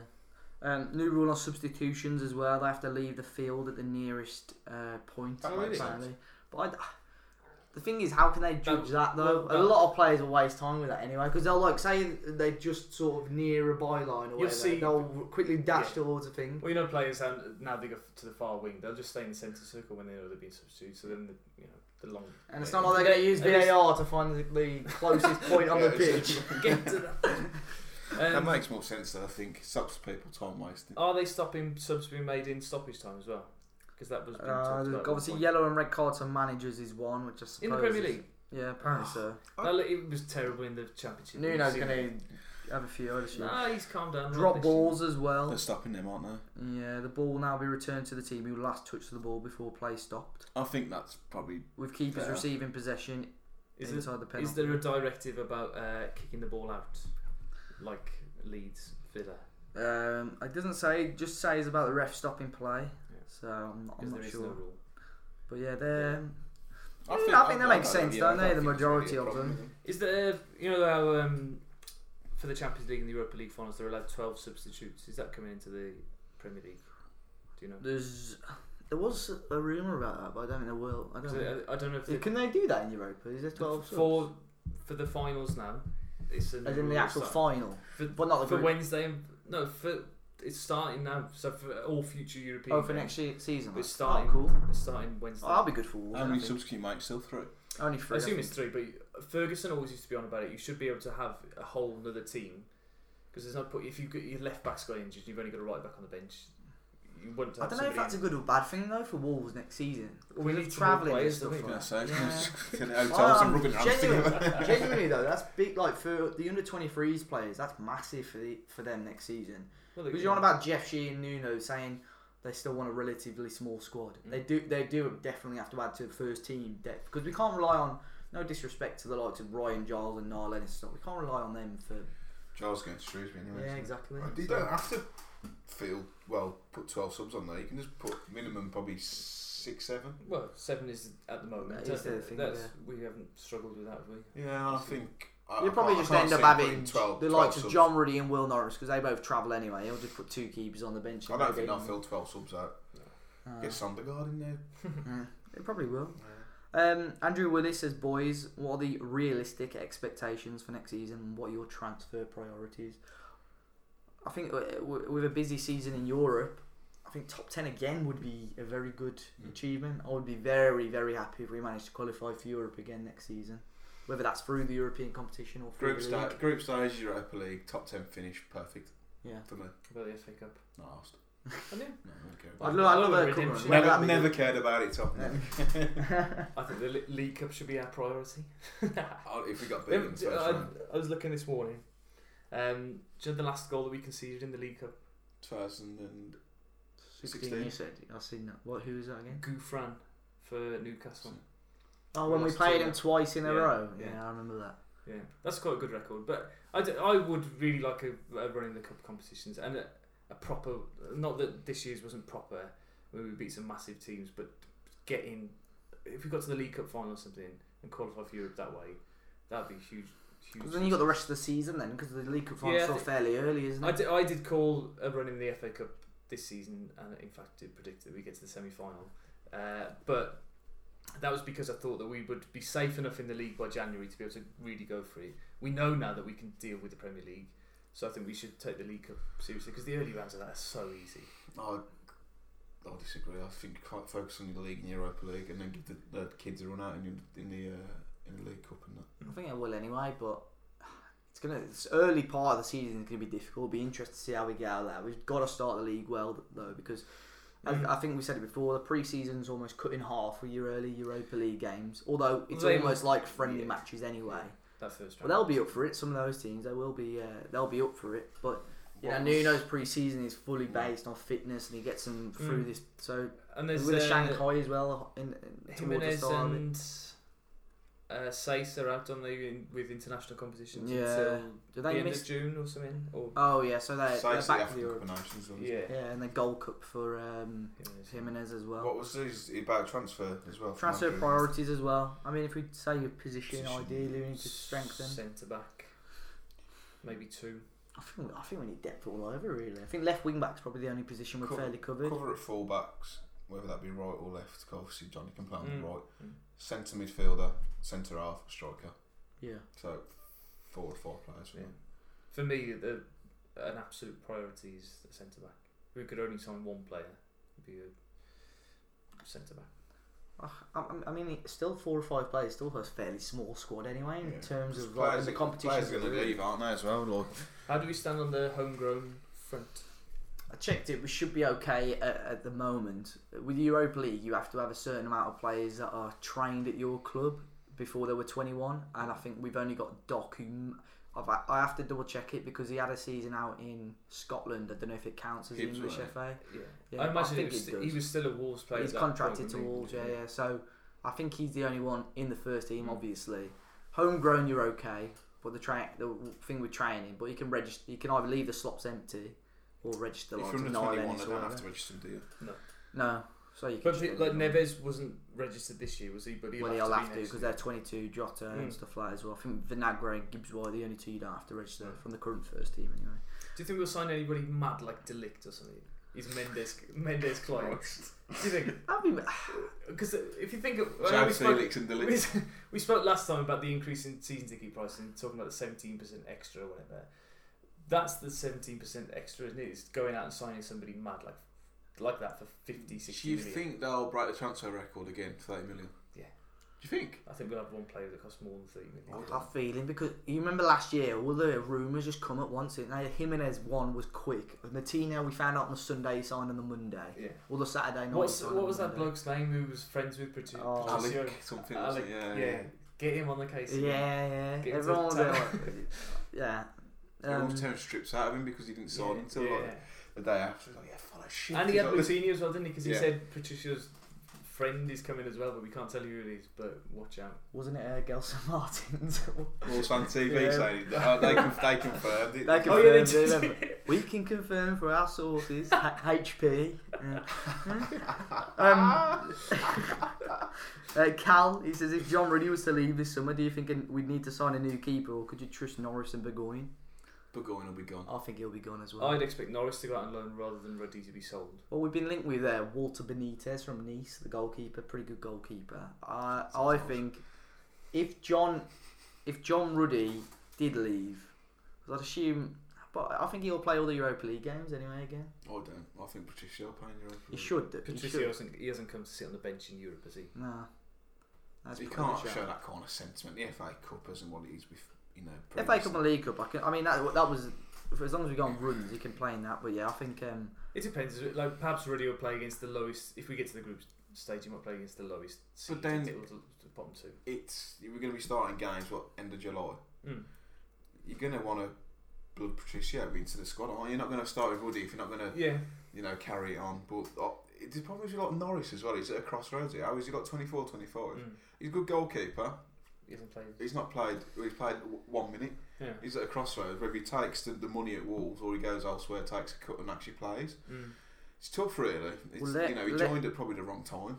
Speaker 1: Um, new rule on substitutions as well. They have to leave the field at the nearest uh, point.
Speaker 2: That
Speaker 3: makes
Speaker 1: apparently. But I d the thing is, how can they judge that though?
Speaker 3: well, that-
Speaker 1: a lot of players will waste time with that anyway because they'll like say they're just sort of near a byline or whatever.
Speaker 3: see-
Speaker 1: they'll quickly dash
Speaker 3: Yeah.
Speaker 1: towards a thing.
Speaker 3: Well, you know, players um, now they go f- to the far wing. They'll just stay in the centre circle when they know they've been substituted. So then, the, you know, the long.
Speaker 1: And it's not like they're going to use
Speaker 3: At least-
Speaker 1: VAR to find the, the closest point on the
Speaker 2: Yeah, it's-
Speaker 1: pitch.
Speaker 3: Get to that.
Speaker 2: That
Speaker 3: Um,
Speaker 2: makes more sense, though, I think. Stops people time wasting.
Speaker 3: Are they stopping subs being made in stoppage time as well? Because that was being
Speaker 1: Uh,
Speaker 3: talked about. at
Speaker 1: obviously,
Speaker 3: one point.
Speaker 1: yellow and red cards for managers is one, which I suppose
Speaker 3: in the Premier
Speaker 1: is-
Speaker 3: League.
Speaker 1: Yeah, apparently so.
Speaker 3: No, look, it was terrible in the Championship.
Speaker 1: Nuno's
Speaker 3: We've seen
Speaker 1: going to have a few other
Speaker 3: it.
Speaker 1: shit.
Speaker 3: Nah, he's calmed down.
Speaker 1: Drop
Speaker 3: This-
Speaker 1: balls as well.
Speaker 2: They're stopping them, aren't they?
Speaker 1: Yeah, the ball will now be returned to the team who last touched the ball before play stopped.
Speaker 2: I think that's probably.
Speaker 1: With keepers
Speaker 2: Yeah.
Speaker 1: receiving possession
Speaker 3: Is, it-
Speaker 1: inside the penalty.
Speaker 3: is there a directive about uh, kicking the ball out, like Leeds Villa?
Speaker 1: Um, it doesn't say. It just says about the ref stopping play.
Speaker 3: Yeah.
Speaker 1: So I'm not, I'm
Speaker 3: Because there
Speaker 1: not
Speaker 3: is
Speaker 1: sure.
Speaker 3: no rule.
Speaker 1: But yeah, they're
Speaker 2: I
Speaker 1: Yeah,
Speaker 2: think,
Speaker 1: Mm, I think that
Speaker 2: I- I
Speaker 1: makes
Speaker 2: don't-
Speaker 1: sense,
Speaker 2: yeah,
Speaker 1: don't
Speaker 2: I
Speaker 1: they, the
Speaker 2: think it's really
Speaker 1: majority
Speaker 2: a
Speaker 1: of
Speaker 2: problem.
Speaker 3: Is there, you know, how um, for the Champions League and the Europa League finals, they're allowed 12 substitutes. Is that coming into the Premier League? Do you know?
Speaker 1: there's there was a rumor about that, but I don't think there will. I don't.
Speaker 3: 'Cause
Speaker 1: Know.
Speaker 3: uh, I, I don't know if they,
Speaker 1: Can they do that in Europa? Is there twelve?
Speaker 3: for for the finals now. It's a
Speaker 1: subs? As
Speaker 3: new
Speaker 1: in the
Speaker 3: rule
Speaker 1: actual
Speaker 3: start.
Speaker 1: final,
Speaker 3: for,
Speaker 1: but not the
Speaker 3: for
Speaker 1: group.
Speaker 3: Wednesday. and- No, for it's starting now. So for all future European.
Speaker 1: Oh, for
Speaker 3: games,
Speaker 1: next year, season.
Speaker 3: It's
Speaker 1: oh,
Speaker 3: starting.
Speaker 1: cool.
Speaker 3: It's starting Wednesday.
Speaker 1: Oh, that'll be good for Wolves.
Speaker 2: How
Speaker 1: I
Speaker 2: many
Speaker 1: think.
Speaker 2: subs can you make? Still three.
Speaker 1: Only
Speaker 3: I
Speaker 1: three.
Speaker 3: assume
Speaker 1: think.
Speaker 3: it's three, but Ferguson always used to be on about it. You should be able to have a whole another team because there's no point if you get your left back's got injured, you've only got a right back on the bench. You wouldn't.
Speaker 1: I
Speaker 3: Have
Speaker 1: don't know if that's
Speaker 3: somebody
Speaker 1: a good or bad thing though for Wolves next season.
Speaker 3: We
Speaker 1: Because
Speaker 3: need
Speaker 1: of
Speaker 3: some more
Speaker 1: travelling and
Speaker 3: players,
Speaker 1: stuff
Speaker 3: don't
Speaker 1: like
Speaker 3: we?
Speaker 2: Yeah,
Speaker 1: that.
Speaker 2: so it's
Speaker 1: Yeah.
Speaker 2: just in
Speaker 1: Oh,
Speaker 2: hotels and
Speaker 1: um,
Speaker 2: rubbing around together.
Speaker 1: genuinely, genuinely though, that's big. Like for the under twenty threes players, that's massive for the, for them next season.
Speaker 3: Well,
Speaker 1: Because
Speaker 3: they-
Speaker 1: you're on about Jeff Shee and Nuno saying they still want a relatively small squad. They do. They do definitely have to add to the first team depth because we can't rely on. No disrespect to the likes of Ryan Giles and Niall Ennis and stuff. We can't rely on them for.
Speaker 2: Giles going to Shrewsbury anyway.
Speaker 1: Yeah,
Speaker 2: so-
Speaker 1: exactly.
Speaker 2: Right, You
Speaker 1: So-
Speaker 2: don't have to feel well. Put twelve subs on there. You can just put minimum probably six, seven.
Speaker 3: Well, seven is at the moment.
Speaker 1: That is
Speaker 3: I think
Speaker 1: the thing,
Speaker 3: that's- We haven't struggled with that, have we?
Speaker 2: Yeah, I think I,
Speaker 1: You'll probably
Speaker 2: I
Speaker 1: just
Speaker 2: can't
Speaker 1: end up
Speaker 2: see putting
Speaker 1: having
Speaker 2: 12,
Speaker 1: the
Speaker 2: 12
Speaker 1: likes of
Speaker 2: subs.
Speaker 1: John Ruddy and Will Norris because they both travel anyway. He'll just put two keepers on the bench.
Speaker 2: I
Speaker 1: and
Speaker 2: don't
Speaker 1: they'll
Speaker 2: think
Speaker 1: get
Speaker 2: I'll fill twelve subs out.
Speaker 1: in.
Speaker 2: Get Sondergaard in there.
Speaker 1: Uh, yeah, they probably will. Um, Andrew Willis says, "Boys, what are the realistic expectations for next season? What are your transfer priorities?" I think w- w- with a busy season in Europe, I think top ten again would be a very good
Speaker 2: Mm.
Speaker 1: achievement. I would be very, very happy if we managed to qualify for Europe again next season, whether that's through the European competition or through
Speaker 2: Group
Speaker 1: the league.
Speaker 2: stage, group stage, Europa League, top ten finish, perfect
Speaker 1: Yeah,
Speaker 2: for me.
Speaker 3: About the FA Cup.
Speaker 2: Not asked.
Speaker 3: I mean,
Speaker 2: No, I don't care about
Speaker 1: I'd
Speaker 3: I'd
Speaker 1: love, I'd love
Speaker 3: love a
Speaker 1: a cover.
Speaker 3: redemption.
Speaker 2: it.
Speaker 1: Whether that
Speaker 2: Never,
Speaker 3: Well,
Speaker 1: be
Speaker 2: never cared about it. Top
Speaker 1: Yeah.
Speaker 2: nine.
Speaker 3: I think the Le- League Cup should be our priority.
Speaker 2: Oh, if we got beaten, in the
Speaker 3: Um, d-
Speaker 2: first
Speaker 3: I,
Speaker 2: round.
Speaker 3: I was looking this morning. Um, do you know the last goal that we conceded in the League Cup?
Speaker 2: 2000 and
Speaker 1: 16, you said. I've seen that. What? Who was that again?
Speaker 3: Gouffran for Newcastle.
Speaker 1: Oh,
Speaker 3: We
Speaker 1: when we
Speaker 3: lost
Speaker 1: played
Speaker 3: two,
Speaker 1: them twice in a
Speaker 3: Yeah,
Speaker 1: row.
Speaker 3: yeah.
Speaker 1: yeah, I remember that.
Speaker 3: Yeah, that's quite a good record. But I, d- I would really like a, a run in the cup competitions and a, a proper. Not that this year's wasn't proper. where We beat some massive teams, but getting if we got to the League Cup final or something and qualify for Europe that way, that'd be huge. huge
Speaker 1: 'Cause then you got the rest of the season then, because the League Cup final's
Speaker 3: Yeah, I
Speaker 1: still
Speaker 3: think-
Speaker 1: fairly early, isn't
Speaker 3: I
Speaker 1: it?
Speaker 3: did, I did call a run in the FA Cup this season, and in fact, did predict that we get to the semi final. Uh, but that was because I thought that we would be safe enough in the league by January to be able to really go for it. We know now that we can deal with the Premier League, so I think we should take the League Cup seriously because the early rounds of that are so easy.
Speaker 2: I, I disagree. I think you can't focus on your league and Europa League, and then give the, the kids a run out in, in the uh, in the League Cup and that.
Speaker 1: I think it will anyway, but it's gonna this early part of the season is gonna be difficult. It'll be interesting to see how we get out of that. We've got to start the league well though, because
Speaker 3: Mhm.
Speaker 1: I, I think we said it before. The pre-season's almost cut in half with your early Europa League games, although it's
Speaker 3: They-
Speaker 1: almost like friendly
Speaker 3: yeah.
Speaker 1: matches anyway.
Speaker 3: That first
Speaker 1: But
Speaker 3: round.
Speaker 1: they'll be up for it. Some of those teams, they will be. Uh, they'll be up for it. But you know,
Speaker 2: What
Speaker 1: Nuno's
Speaker 2: was-
Speaker 1: pre-season is fully
Speaker 2: Yeah.
Speaker 1: based on fitness, and he gets them through
Speaker 3: Mm.
Speaker 1: this. So
Speaker 3: and there's
Speaker 1: with a
Speaker 3: uh,
Speaker 1: Shanghai as well in, in towards the
Speaker 3: Jimenez
Speaker 1: start. of it.
Speaker 3: and uh, Sace are out on leave in, with international competitions
Speaker 1: Yeah.
Speaker 3: until
Speaker 1: Do
Speaker 3: the
Speaker 1: they
Speaker 3: end
Speaker 1: miss?
Speaker 3: of June or something. Or
Speaker 1: Oh yeah, so they,
Speaker 2: Saves
Speaker 1: they're
Speaker 2: the
Speaker 1: back to the
Speaker 2: African Cup
Speaker 1: Europe.
Speaker 2: of Nations. doesn't it?
Speaker 3: yeah,
Speaker 1: Yeah, and the Gold Cup for um,
Speaker 3: Jimenez.
Speaker 1: Jimenez as well.
Speaker 2: What was his about transfer as well? from
Speaker 1: Transfer
Speaker 2: Andrew?
Speaker 1: priorities as well. I mean, if we say your position,
Speaker 2: Position.
Speaker 1: ideally we need to strengthen.
Speaker 3: centre back, maybe two.
Speaker 1: I think I think we need depth all over really. I think left wing back's probably the only position we're
Speaker 2: Cover-
Speaker 1: fairly covered.
Speaker 2: Cover at full backs, whether that be right or left. 'cause Obviously, Johnny can play on
Speaker 3: Mm.
Speaker 2: the right.
Speaker 3: Mm.
Speaker 2: Centre midfielder, centre half, striker.
Speaker 1: Yeah.
Speaker 2: So four or four players. For
Speaker 3: Yeah.
Speaker 2: them.
Speaker 3: For me, the, an absolute priority is the centre back. If we could only sign one player, it'd be a centre back.
Speaker 1: I, I, I mean, it's still four or five players still has a fairly small squad anyway in
Speaker 2: Yeah.
Speaker 1: terms
Speaker 2: Because
Speaker 1: of like,
Speaker 2: players
Speaker 1: when the
Speaker 2: are-
Speaker 1: competition.
Speaker 2: Players are going to leave, aren't they? As well, like
Speaker 3: How do we stand on the homegrown front?
Speaker 1: I checked it. We should be okay at, at the moment. With Europa League, you have to have a certain amount of players that are trained at your club before they were 21, and I think we've only got Doc. Who m- I've, I have to double check it because he had a season out in Scotland. I don't know if it counts as the
Speaker 2: Gibbs,
Speaker 1: English
Speaker 2: wasn't it?
Speaker 1: FA.
Speaker 3: Yeah.
Speaker 1: Yeah,
Speaker 3: I
Speaker 1: I
Speaker 3: imagine
Speaker 1: think
Speaker 3: it was
Speaker 1: it
Speaker 3: st-
Speaker 1: does.
Speaker 3: he was still a Wolves player.
Speaker 1: He's
Speaker 3: at that point,
Speaker 1: contracted to
Speaker 3: wasn't he?
Speaker 1: Wolves, yeah, yeah. So I think he's the only one in the first team,
Speaker 2: Hmm.
Speaker 3: Mm.
Speaker 1: obviously. Homegrown, you're okay, but the tra- the thing with training, but you can register. You can either leave the slots empty or register
Speaker 2: if
Speaker 1: like
Speaker 2: you're under
Speaker 1: nine
Speaker 2: twenty-one, they
Speaker 1: or
Speaker 2: don't
Speaker 1: whatever.
Speaker 2: have to register, do you?
Speaker 1: No, so you can.
Speaker 3: But
Speaker 1: just
Speaker 3: pe-
Speaker 1: go
Speaker 3: like
Speaker 1: with nine.
Speaker 3: Neves wasn't registered this year, was he? But he'll
Speaker 1: well,
Speaker 3: have
Speaker 1: they'll
Speaker 3: to
Speaker 1: have to
Speaker 3: be
Speaker 1: because
Speaker 3: next
Speaker 1: they're
Speaker 3: year.
Speaker 1: 22, Jota
Speaker 3: Mm.
Speaker 1: and stuff like that as well. I think Vinagre and Gibbs White are the only two you don't have to register
Speaker 3: Mm.
Speaker 1: from the current first team anyway.
Speaker 3: Do you think we'll sign anybody mad like Delict or something? He's Mendes Mendes clients. Do you think?
Speaker 1: That'd be,
Speaker 3: Because if you think of I know
Speaker 2: Joe
Speaker 3: we spoke,
Speaker 2: Felix and
Speaker 3: we,
Speaker 2: Delic.
Speaker 3: we spoke last time about the increase in season ticket pricing, talking about the seventeen percent extra or whatever. That's the seventeen percent extra, isn't it? It's going out and signing somebody mad like like that for 50, 60
Speaker 2: Do you
Speaker 3: million.
Speaker 2: think they'll break the transfer record again? Thirty million.
Speaker 3: Yeah.
Speaker 2: Do you think?
Speaker 3: I think we'll have one player that costs more than thirty million.
Speaker 2: Hold
Speaker 1: i
Speaker 2: on.
Speaker 1: feeling because you remember last year all the rumours just come at once. Now Jimenez one was quick. Martino we found out on the Sunday, he signed on the Monday.
Speaker 3: Yeah.
Speaker 1: Or the Saturday night.
Speaker 3: What's
Speaker 1: he signed
Speaker 3: what
Speaker 1: on
Speaker 3: was
Speaker 1: the
Speaker 3: that
Speaker 1: Monday.
Speaker 3: bloke's name who was friends with Patri-
Speaker 1: Oh.
Speaker 3: Patricio?
Speaker 2: Alec something. wasn't it?
Speaker 3: Alec,
Speaker 2: yeah. yeah.
Speaker 3: Get him on the case.
Speaker 1: Yeah, yeah.
Speaker 3: Get into
Speaker 1: Everyone was
Speaker 3: town.
Speaker 1: like, yeah.
Speaker 2: Everyone
Speaker 1: Um,
Speaker 2: was tearing strips out of him because he didn't sign until
Speaker 3: yeah.
Speaker 2: like the day after. He's like, yeah, follow shit.
Speaker 3: And he
Speaker 2: He's
Speaker 3: had
Speaker 2: like, "Listen,
Speaker 3: Moutinho as well, didn't he? Because he
Speaker 2: Yeah.
Speaker 3: said Patricio's friend is coming as well, but we can't tell you who it is. But watch out.
Speaker 1: wasn't it uh, Gelson Martins?
Speaker 2: Wolves fan TV
Speaker 1: Yeah.
Speaker 2: saying that uh, they conf- they confirmed it.
Speaker 1: They
Speaker 3: Oh, yeah, they
Speaker 1: confirmed it,
Speaker 3: did.
Speaker 1: remember? we can confirm for our sources H- HP. Yeah. um, uh, Cal, he says if John Ruddy was to leave this summer, do you think we'd need to sign a new keeper, or could you trust Norris and Burgoyne?
Speaker 2: Burgoyne will be gone.
Speaker 1: I think he'll be gone
Speaker 2: Mm.
Speaker 1: as well.
Speaker 3: I'd expect Norris to go out on loan rather than Ruddy to be sold.
Speaker 1: Well, we've been linked with uh, Walter Benitez from Nice, the goalkeeper, pretty good goalkeeper. I I think if John if John Ruddy did leave, 'cause I'd assume, but I think he'll play all the Europa League games anyway. Again,
Speaker 2: I don't. I think Patricio will play in Europa.
Speaker 1: he
Speaker 2: League.
Speaker 1: should. do- He
Speaker 3: Patricio
Speaker 1: should.
Speaker 3: hasn't, he hasn't come to sit on the bench in Europe, has he?
Speaker 1: Nah, that's
Speaker 2: He
Speaker 1: probably
Speaker 2: can't
Speaker 1: a shout.
Speaker 2: show that kind of sentiment. The FA Cup isn't what it is with you know.
Speaker 1: If they
Speaker 2: previous-
Speaker 1: come and League Cup, I can. I mean, that, that was for as long as we go on runs, he can play in that. But yeah, I think um,
Speaker 3: It depends. Like perhaps Ruddy will play against the lowest. If we get to the group stage, he might play against the lowest. seed,
Speaker 2: then-
Speaker 3: and it will- the bottom two.
Speaker 2: it's we're going to be starting games what end of July.
Speaker 3: Mm.
Speaker 2: You're going to want to blood Patricio into the squad. Aren't you? You're not going to start with Woody if you're not going to
Speaker 3: Yeah,
Speaker 2: you know carry it on. But uh, it- the problem is you got Norris as well. He's at a crossroads here. How is he got 24, 25?
Speaker 3: Mm.
Speaker 2: He's a good goalkeeper.
Speaker 3: he hasn't played.
Speaker 2: He's not played. well, He's played w- one minute.
Speaker 3: Yeah.
Speaker 2: He's at a crossroads. Whether he takes the, the money at Wolves or he goes elsewhere, takes a cut and actually plays.
Speaker 3: Mm.
Speaker 2: It's tough, really. It's,
Speaker 1: Well, let-
Speaker 2: you know, he
Speaker 1: let-
Speaker 2: joined at probably the wrong time.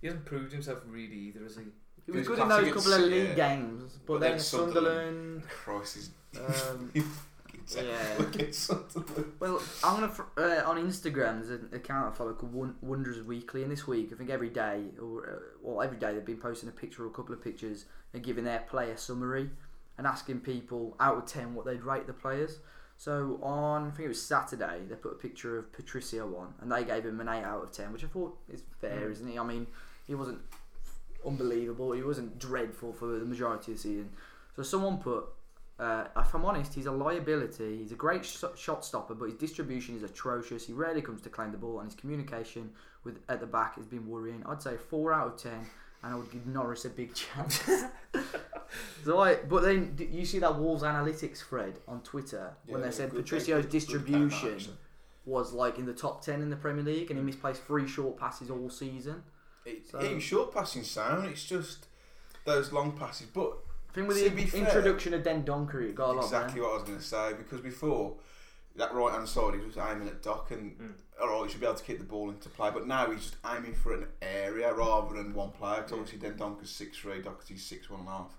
Speaker 3: He hasn't proved himself really either, has he?
Speaker 1: he was
Speaker 2: He's
Speaker 1: good in
Speaker 2: class
Speaker 1: those
Speaker 2: against
Speaker 1: couple of
Speaker 2: City,
Speaker 1: league
Speaker 2: yeah.
Speaker 1: games. But,
Speaker 2: But
Speaker 1: then,
Speaker 2: then
Speaker 1: Sunderland.
Speaker 2: Sunderland- Christ, he's
Speaker 1: Um, yeah.
Speaker 2: Look at something.
Speaker 1: Well, I'm gonna fr- uh, on Instagram. There's an account I follow called Won- Wonders Weekly, and this week I think every day or uh, well every day they've been posting a picture or a couple of pictures and giving their player summary and asking people out of ten what they'd rate the players. So on I think it was Saturday they put a picture of Patricio on, and they gave him an eight out of ten, which I thought is fair,
Speaker 3: Mm.
Speaker 1: isn't he? I mean, he wasn't unbelievable. He wasn't dreadful for the majority of the season. So someone put, uh, if I'm honest, he's a liability. He's a great sh- shot stopper, but his distribution is atrocious. He rarely comes to claim the ball, and his communication with at the back has been worrying. I'd say four out of ten, and I would give Norris a big chance. so I, but then d- you see that Wolves analytics thread on Twitter when
Speaker 2: Yeah,
Speaker 1: they said
Speaker 2: good-
Speaker 1: Patricio's
Speaker 2: good- good
Speaker 1: distribution
Speaker 2: counter-action.
Speaker 1: was like in the top ten in the Premier League,
Speaker 2: Mm.
Speaker 1: and he misplaced three short passes all season.
Speaker 2: It,
Speaker 1: So-
Speaker 2: Even short passing sound, it's just those long passes. But
Speaker 1: I think with
Speaker 2: To
Speaker 1: the
Speaker 2: be fair-
Speaker 1: introduction of Den Donkery, it got a lot
Speaker 2: exactly
Speaker 1: better.
Speaker 2: what I was going to say because before that right hand side, he was aiming at Doc and
Speaker 1: Hmm.
Speaker 3: Mm.
Speaker 2: all right, he should be able to kick the ball into play. But now he's just aiming for an area rather than one player. Because obviously, then Donker's six three, Doherty's six one and a half.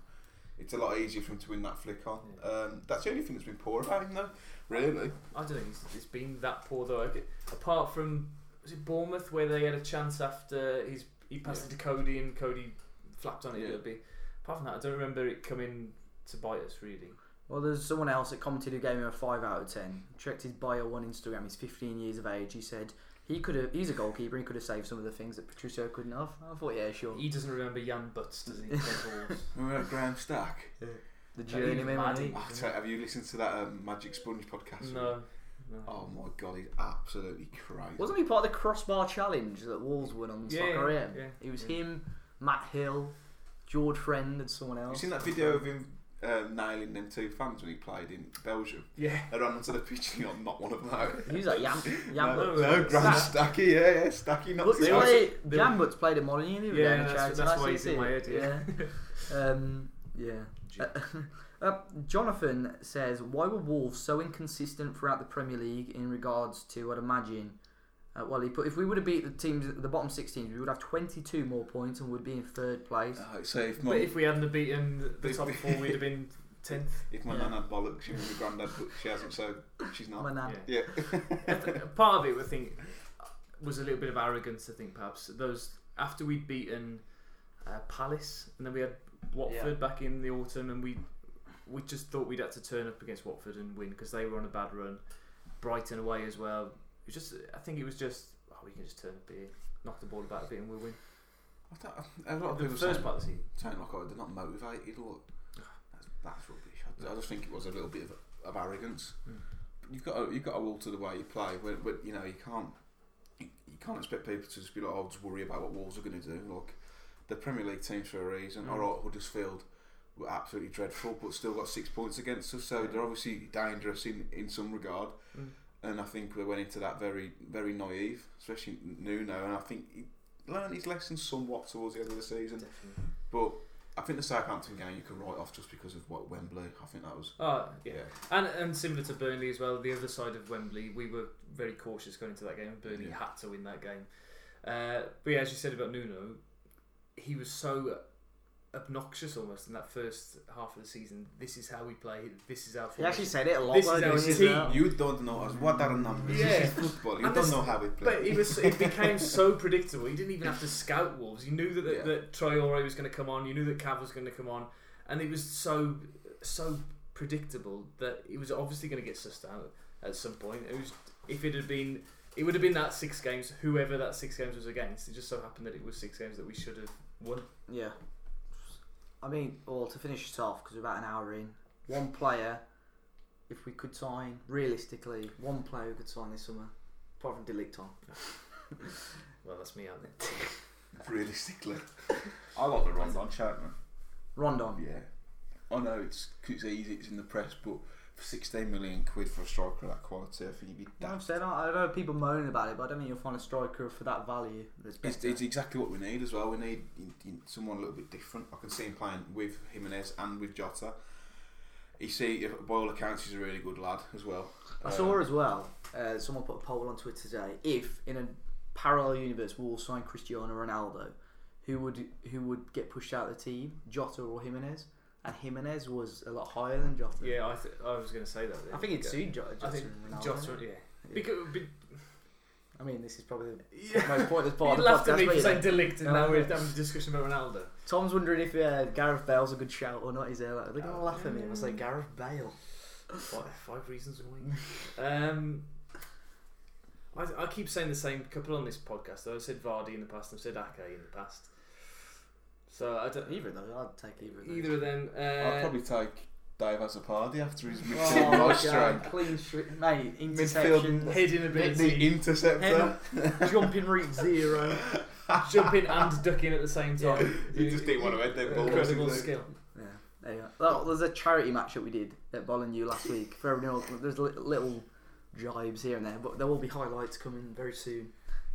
Speaker 2: it's a lot easier for him to win that flick on. Um, that's the only thing that's been poor about him, though. Really,
Speaker 3: I don't think it's, it's been that poor though. Like, apart from was it Bournemouth where they had a chance after his he passed it to Cody and Cody flapped on it
Speaker 2: Yeah.
Speaker 3: a little bit. Apart from that, I don't remember it coming to bite us really.
Speaker 1: Well, there's someone else that commented who gave him a five out of ten. Checked his bio on Instagram. He's 15 years of age. He said he could have. He's a goalkeeper. He could have saved some of the things that Patricio couldn't have. I thought, yeah, sure.
Speaker 3: He doesn't remember Jan Butts, does he? Wolves.
Speaker 2: remember that Graham Stack?
Speaker 1: The
Speaker 3: He was
Speaker 1: journeyman.
Speaker 3: mad,
Speaker 1: wasn't he?
Speaker 3: he-
Speaker 2: Oh, tell- have you listened to that um, Magic Sponge podcast?
Speaker 3: no, no.
Speaker 2: Oh my god, he's absolutely crazy.
Speaker 1: Wasn't he part of the crossbar challenge that Wolves won on
Speaker 3: Yeah,
Speaker 1: Soccer
Speaker 3: yeah,
Speaker 1: AM?
Speaker 3: yeah,
Speaker 1: it was
Speaker 3: yeah.
Speaker 1: him, Matt Hill, George Friend, and someone
Speaker 2: Have you
Speaker 1: else.
Speaker 2: seen that video of him um, nailing them two fans when he played in Belgium?
Speaker 3: Yeah.
Speaker 2: I ran onto the pitch and he got not one of them out.
Speaker 1: He was like Yam. Yam.
Speaker 2: no,
Speaker 3: Yambut.
Speaker 2: no, Graham Stacky, yeah, yeah, Stacky
Speaker 1: Look,
Speaker 2: knocked
Speaker 1: they
Speaker 2: him out.
Speaker 1: play,
Speaker 3: they were-
Speaker 1: Yambut's played at Molyneux the other
Speaker 3: Yeah,
Speaker 1: day in the charity.
Speaker 3: that's- that's
Speaker 1: I
Speaker 3: why
Speaker 1: see
Speaker 3: he's in
Speaker 1: it.
Speaker 3: my head, yeah.
Speaker 1: Yeah. um, yeah. Uh, uh, Jonathan says, why were Wolves so inconsistent throughout the Premier League in regards to, I'd imagine, uh, well, he put, if we would have beat the teams, the bottom six teams, we would have 22 more points and would be in third place.
Speaker 3: Uh,
Speaker 2: Oh, so if my,
Speaker 3: But if we hadn't have beaten the
Speaker 2: They-
Speaker 3: top four, we'd have been tenth.
Speaker 2: if my
Speaker 1: Yeah.
Speaker 2: nan had bollocks, she would be granddad, but she hasn't, so she's not.
Speaker 1: My nan.
Speaker 3: Yeah.
Speaker 2: Yeah.
Speaker 3: I th- part of it, I think, was a little bit of arrogance. I think perhaps those after we'd beaten uh, Palace and then we had Watford back in the autumn, and we we just thought we'd had to turn up against Watford and win because they were on a bad run. Brighton away as well. It was just, I think it was just, oh, we can just turn up here, knock the ball about a bit, and we'll win.
Speaker 2: I don't, a lot of
Speaker 3: The
Speaker 2: people
Speaker 3: first
Speaker 2: saying-
Speaker 3: part of the season.
Speaker 2: Sound like I- they're not motivated. Look, that's, that's rubbish. I, I just think it was a little bit of, of arrogance.
Speaker 3: Mm.
Speaker 2: But You've got to, you've got to alter the way you play. When, when, you know you can't you, you can't expect people to just be like, "Oh, just worry about what Wolves are going to do." Look, the Premier League teams for a reason.
Speaker 3: Mm.
Speaker 2: All right, Huddersfield were absolutely dreadful, but still got six points against us. So they're obviously dangerous in, in some regard.
Speaker 3: Mm.
Speaker 2: And I think we went into that very very naive, especially Nuno. And I think he learned his lessons somewhat towards the end of the season.
Speaker 3: Definitely.
Speaker 2: But I think the Southampton game you can write off just because of what Wembley. I think that was
Speaker 3: Oh, yeah.
Speaker 2: yeah.
Speaker 3: And, and similar to Burnley as well, the other side of Wembley, we were very cautious going into that game. Burnley
Speaker 2: Yeah.
Speaker 3: had to win that game. Uh, but yeah, as you said about Nuno, he was so obnoxious almost in that first half of the season. This is how we play. This is our
Speaker 1: He
Speaker 3: formation.
Speaker 1: actually said it a lot.
Speaker 3: This
Speaker 1: weren't
Speaker 3: is
Speaker 1: he,
Speaker 3: our
Speaker 1: when he was
Speaker 3: team.
Speaker 1: out?
Speaker 2: You don't know us. What are the numbers? This is football. You
Speaker 3: And
Speaker 2: don't
Speaker 3: this-
Speaker 2: know how we play.
Speaker 3: But it was it became so predictable. You didn't even have to scout Wolves. You knew that that,
Speaker 2: Yeah.
Speaker 3: that Traore was going to come on. You knew that Cav was going to come on, and it was so so predictable that it was obviously going to get sussed out at some point. It was if it had been. It would have been that six games, whoever that six games was against. It just so happened that it was six games that we should have won.
Speaker 1: Yeah. I mean, well, to finish it off, because we're about an hour in, one player, if we could sign, realistically, one player we could sign this summer, apart from Delicton.
Speaker 3: Well, that's me out there.
Speaker 2: Realistically, I like the Rondon shout man.
Speaker 1: Rondon.
Speaker 2: Yeah, I know it's 'cause it's easy. It's in the press, but for sixteen million quid for a striker of that quality, I think you'd be
Speaker 1: I've
Speaker 2: daft.
Speaker 1: said, I I know people moaning about it, but I don't think you'll find a striker for that value. That's
Speaker 2: It's,
Speaker 1: better.
Speaker 2: it's exactly what we need as well. We need in- in someone a little bit different. I can see him playing with Jimenez and with Jota. You see, by all accounts, he's a really good lad as well.
Speaker 1: I
Speaker 2: Um,
Speaker 1: saw as well, uh, someone put a poll on Twitter today, if in a parallel universe Wolves signed Cristiano Ronaldo, who would who would get pushed out of the team, Jota or Jimenez? And Jimenez was a lot higher than Jota.
Speaker 3: Yeah, I, th- I was going to say that.
Speaker 1: I think it'd suit Jota.
Speaker 3: I think
Speaker 1: and Ronaldo.
Speaker 3: Jota, yeah. Because, be,
Speaker 1: I mean, this is probably the
Speaker 3: yeah.
Speaker 1: most pointless part of
Speaker 3: You
Speaker 1: the
Speaker 3: laughed at
Speaker 1: podcast.
Speaker 3: me
Speaker 1: but,
Speaker 3: for
Speaker 1: you Oh,
Speaker 3: saying
Speaker 1: know,
Speaker 3: delict, and
Speaker 1: No,
Speaker 3: now we're
Speaker 1: it's-
Speaker 3: having a discussion about Ronaldo.
Speaker 1: Tom's wondering if uh, Gareth Bale's a good shout or not. He's there like, they're going to
Speaker 3: Oh,
Speaker 1: laugh at me. I was like,
Speaker 3: yeah.
Speaker 1: Gareth Bale.
Speaker 3: Five, five reasons why. um, I, I keep saying the same couple on this podcast. Though I said Vardy in the past, I've said Ake in the past. So I don't
Speaker 1: Either of those. I'd take either of those.
Speaker 3: either of them.
Speaker 2: I'd
Speaker 3: Uh,
Speaker 2: probably take Dave as a party after his midfield
Speaker 1: Oh,
Speaker 2: life
Speaker 1: God,
Speaker 2: strike.
Speaker 1: clean streak. Mate, interception.
Speaker 3: heading
Speaker 2: The
Speaker 3: ability,
Speaker 2: interceptor.
Speaker 1: jumping route zero.
Speaker 3: jumping and ducking at the same time.
Speaker 2: He just didn't want to head them balls.
Speaker 3: Incredible
Speaker 2: did he?
Speaker 3: skill.
Speaker 1: Yeah, there you go. Well, there's a charity match that we did at Bollinew last week. For everyone, else, there's li- little jibes here and there, but there will be highlights coming very soon.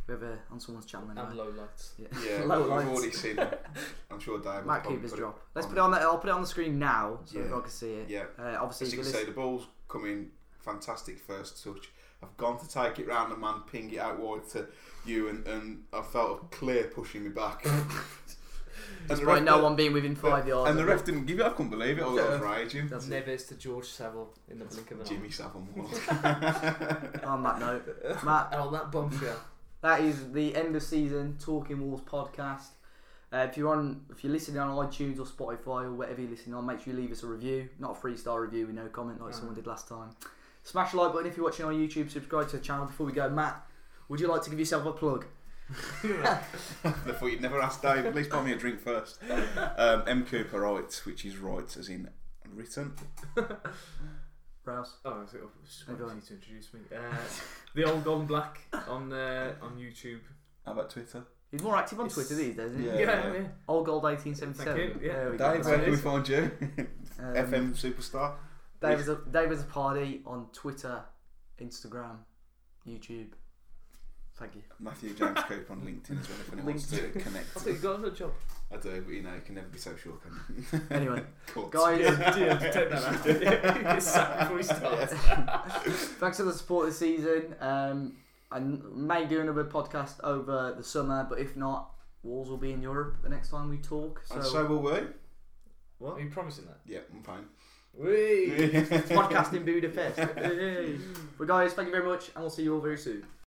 Speaker 1: Whoever on someone's channel.
Speaker 3: And
Speaker 1: Anyway.
Speaker 3: low lights.
Speaker 1: Yeah,
Speaker 2: Yeah,
Speaker 1: Low
Speaker 2: we've
Speaker 1: lights.
Speaker 2: already seen it. I'm sure Dave will
Speaker 1: Matt
Speaker 2: probably
Speaker 1: Cooper's
Speaker 2: put it-
Speaker 1: drop. Let's
Speaker 2: on
Speaker 1: put it on. The, I'll put it on the screen now so
Speaker 2: Yeah.
Speaker 1: everyone can see it.
Speaker 2: Yeah.
Speaker 1: Uh, obviously,
Speaker 2: As
Speaker 1: if
Speaker 2: you
Speaker 1: you
Speaker 2: can
Speaker 1: listen-
Speaker 2: say, the ball's coming fantastic first touch. I've gone to take it round the man, ping it out wide to you, and, and I felt a clear pushing me back.
Speaker 1: Despite no one being within five yards.
Speaker 2: And the
Speaker 1: of
Speaker 2: ref
Speaker 1: it.
Speaker 2: didn't give it. I couldn't believe it. I was
Speaker 1: Yeah.
Speaker 2: raging.
Speaker 1: That's it.
Speaker 3: Neves to George Savile in the blink of an
Speaker 2: Jimmy Savile.
Speaker 1: On that note,
Speaker 3: eye.
Speaker 1: Matt,
Speaker 3: And on Oh, that bombshell.
Speaker 1: that is the end of season Talking Walls podcast. Uh, if you're on, if you're listening on iTunes or Spotify or whatever you're listening on, make sure you leave us a review, not a three star review with no comment like
Speaker 3: Mhm.
Speaker 2: Mm.
Speaker 1: someone did last time. Smash the like button if you're watching on YouTube. Subscribe to the channel. Before we go, Matt, would you like to give yourself a plug?
Speaker 2: I thought you'd never ask Dave. At least buy me a drink first. Um, M. Cooper writes, which is right as in written.
Speaker 1: Rouse.
Speaker 3: Oh, so I was just
Speaker 1: Oh, go
Speaker 3: waiting for you to introduce me. Uh, the old Golden Black on uh, on YouTube.
Speaker 2: How about Twitter?
Speaker 1: He's more active on
Speaker 3: It's-
Speaker 1: Twitter these days, isn't he?
Speaker 2: Yeah, yeah.
Speaker 1: Old Gold 1877.
Speaker 3: Thank you, yeah.
Speaker 1: There we go.
Speaker 2: Dave, where
Speaker 1: That
Speaker 2: can we
Speaker 1: is-
Speaker 2: find you?
Speaker 1: um,
Speaker 2: FM superstar.
Speaker 1: Dave is a Dave is a party on Twitter, Instagram, YouTube. Thank you.
Speaker 2: Matthew James Cope on LinkedIn as well if anyone wants to
Speaker 3: I
Speaker 2: connect.
Speaker 3: think you got another job.
Speaker 2: I do, but you know, you can never be so sure. Can you?
Speaker 1: Anyway,
Speaker 2: Cool.
Speaker 1: guys,
Speaker 3: yeah, take that out. You get sacked before he starts.
Speaker 1: thanks for the support this season. Um, I n- may do another podcast over the summer, but if not, Walls will be in Europe the next time we talk. So,
Speaker 2: And so will we.
Speaker 3: What? Are you promising that?
Speaker 2: Yeah, I'm fine.
Speaker 3: Wee!
Speaker 1: podcast in Budapest. Hey. But guys, thank you very much, and we'll see you all very soon.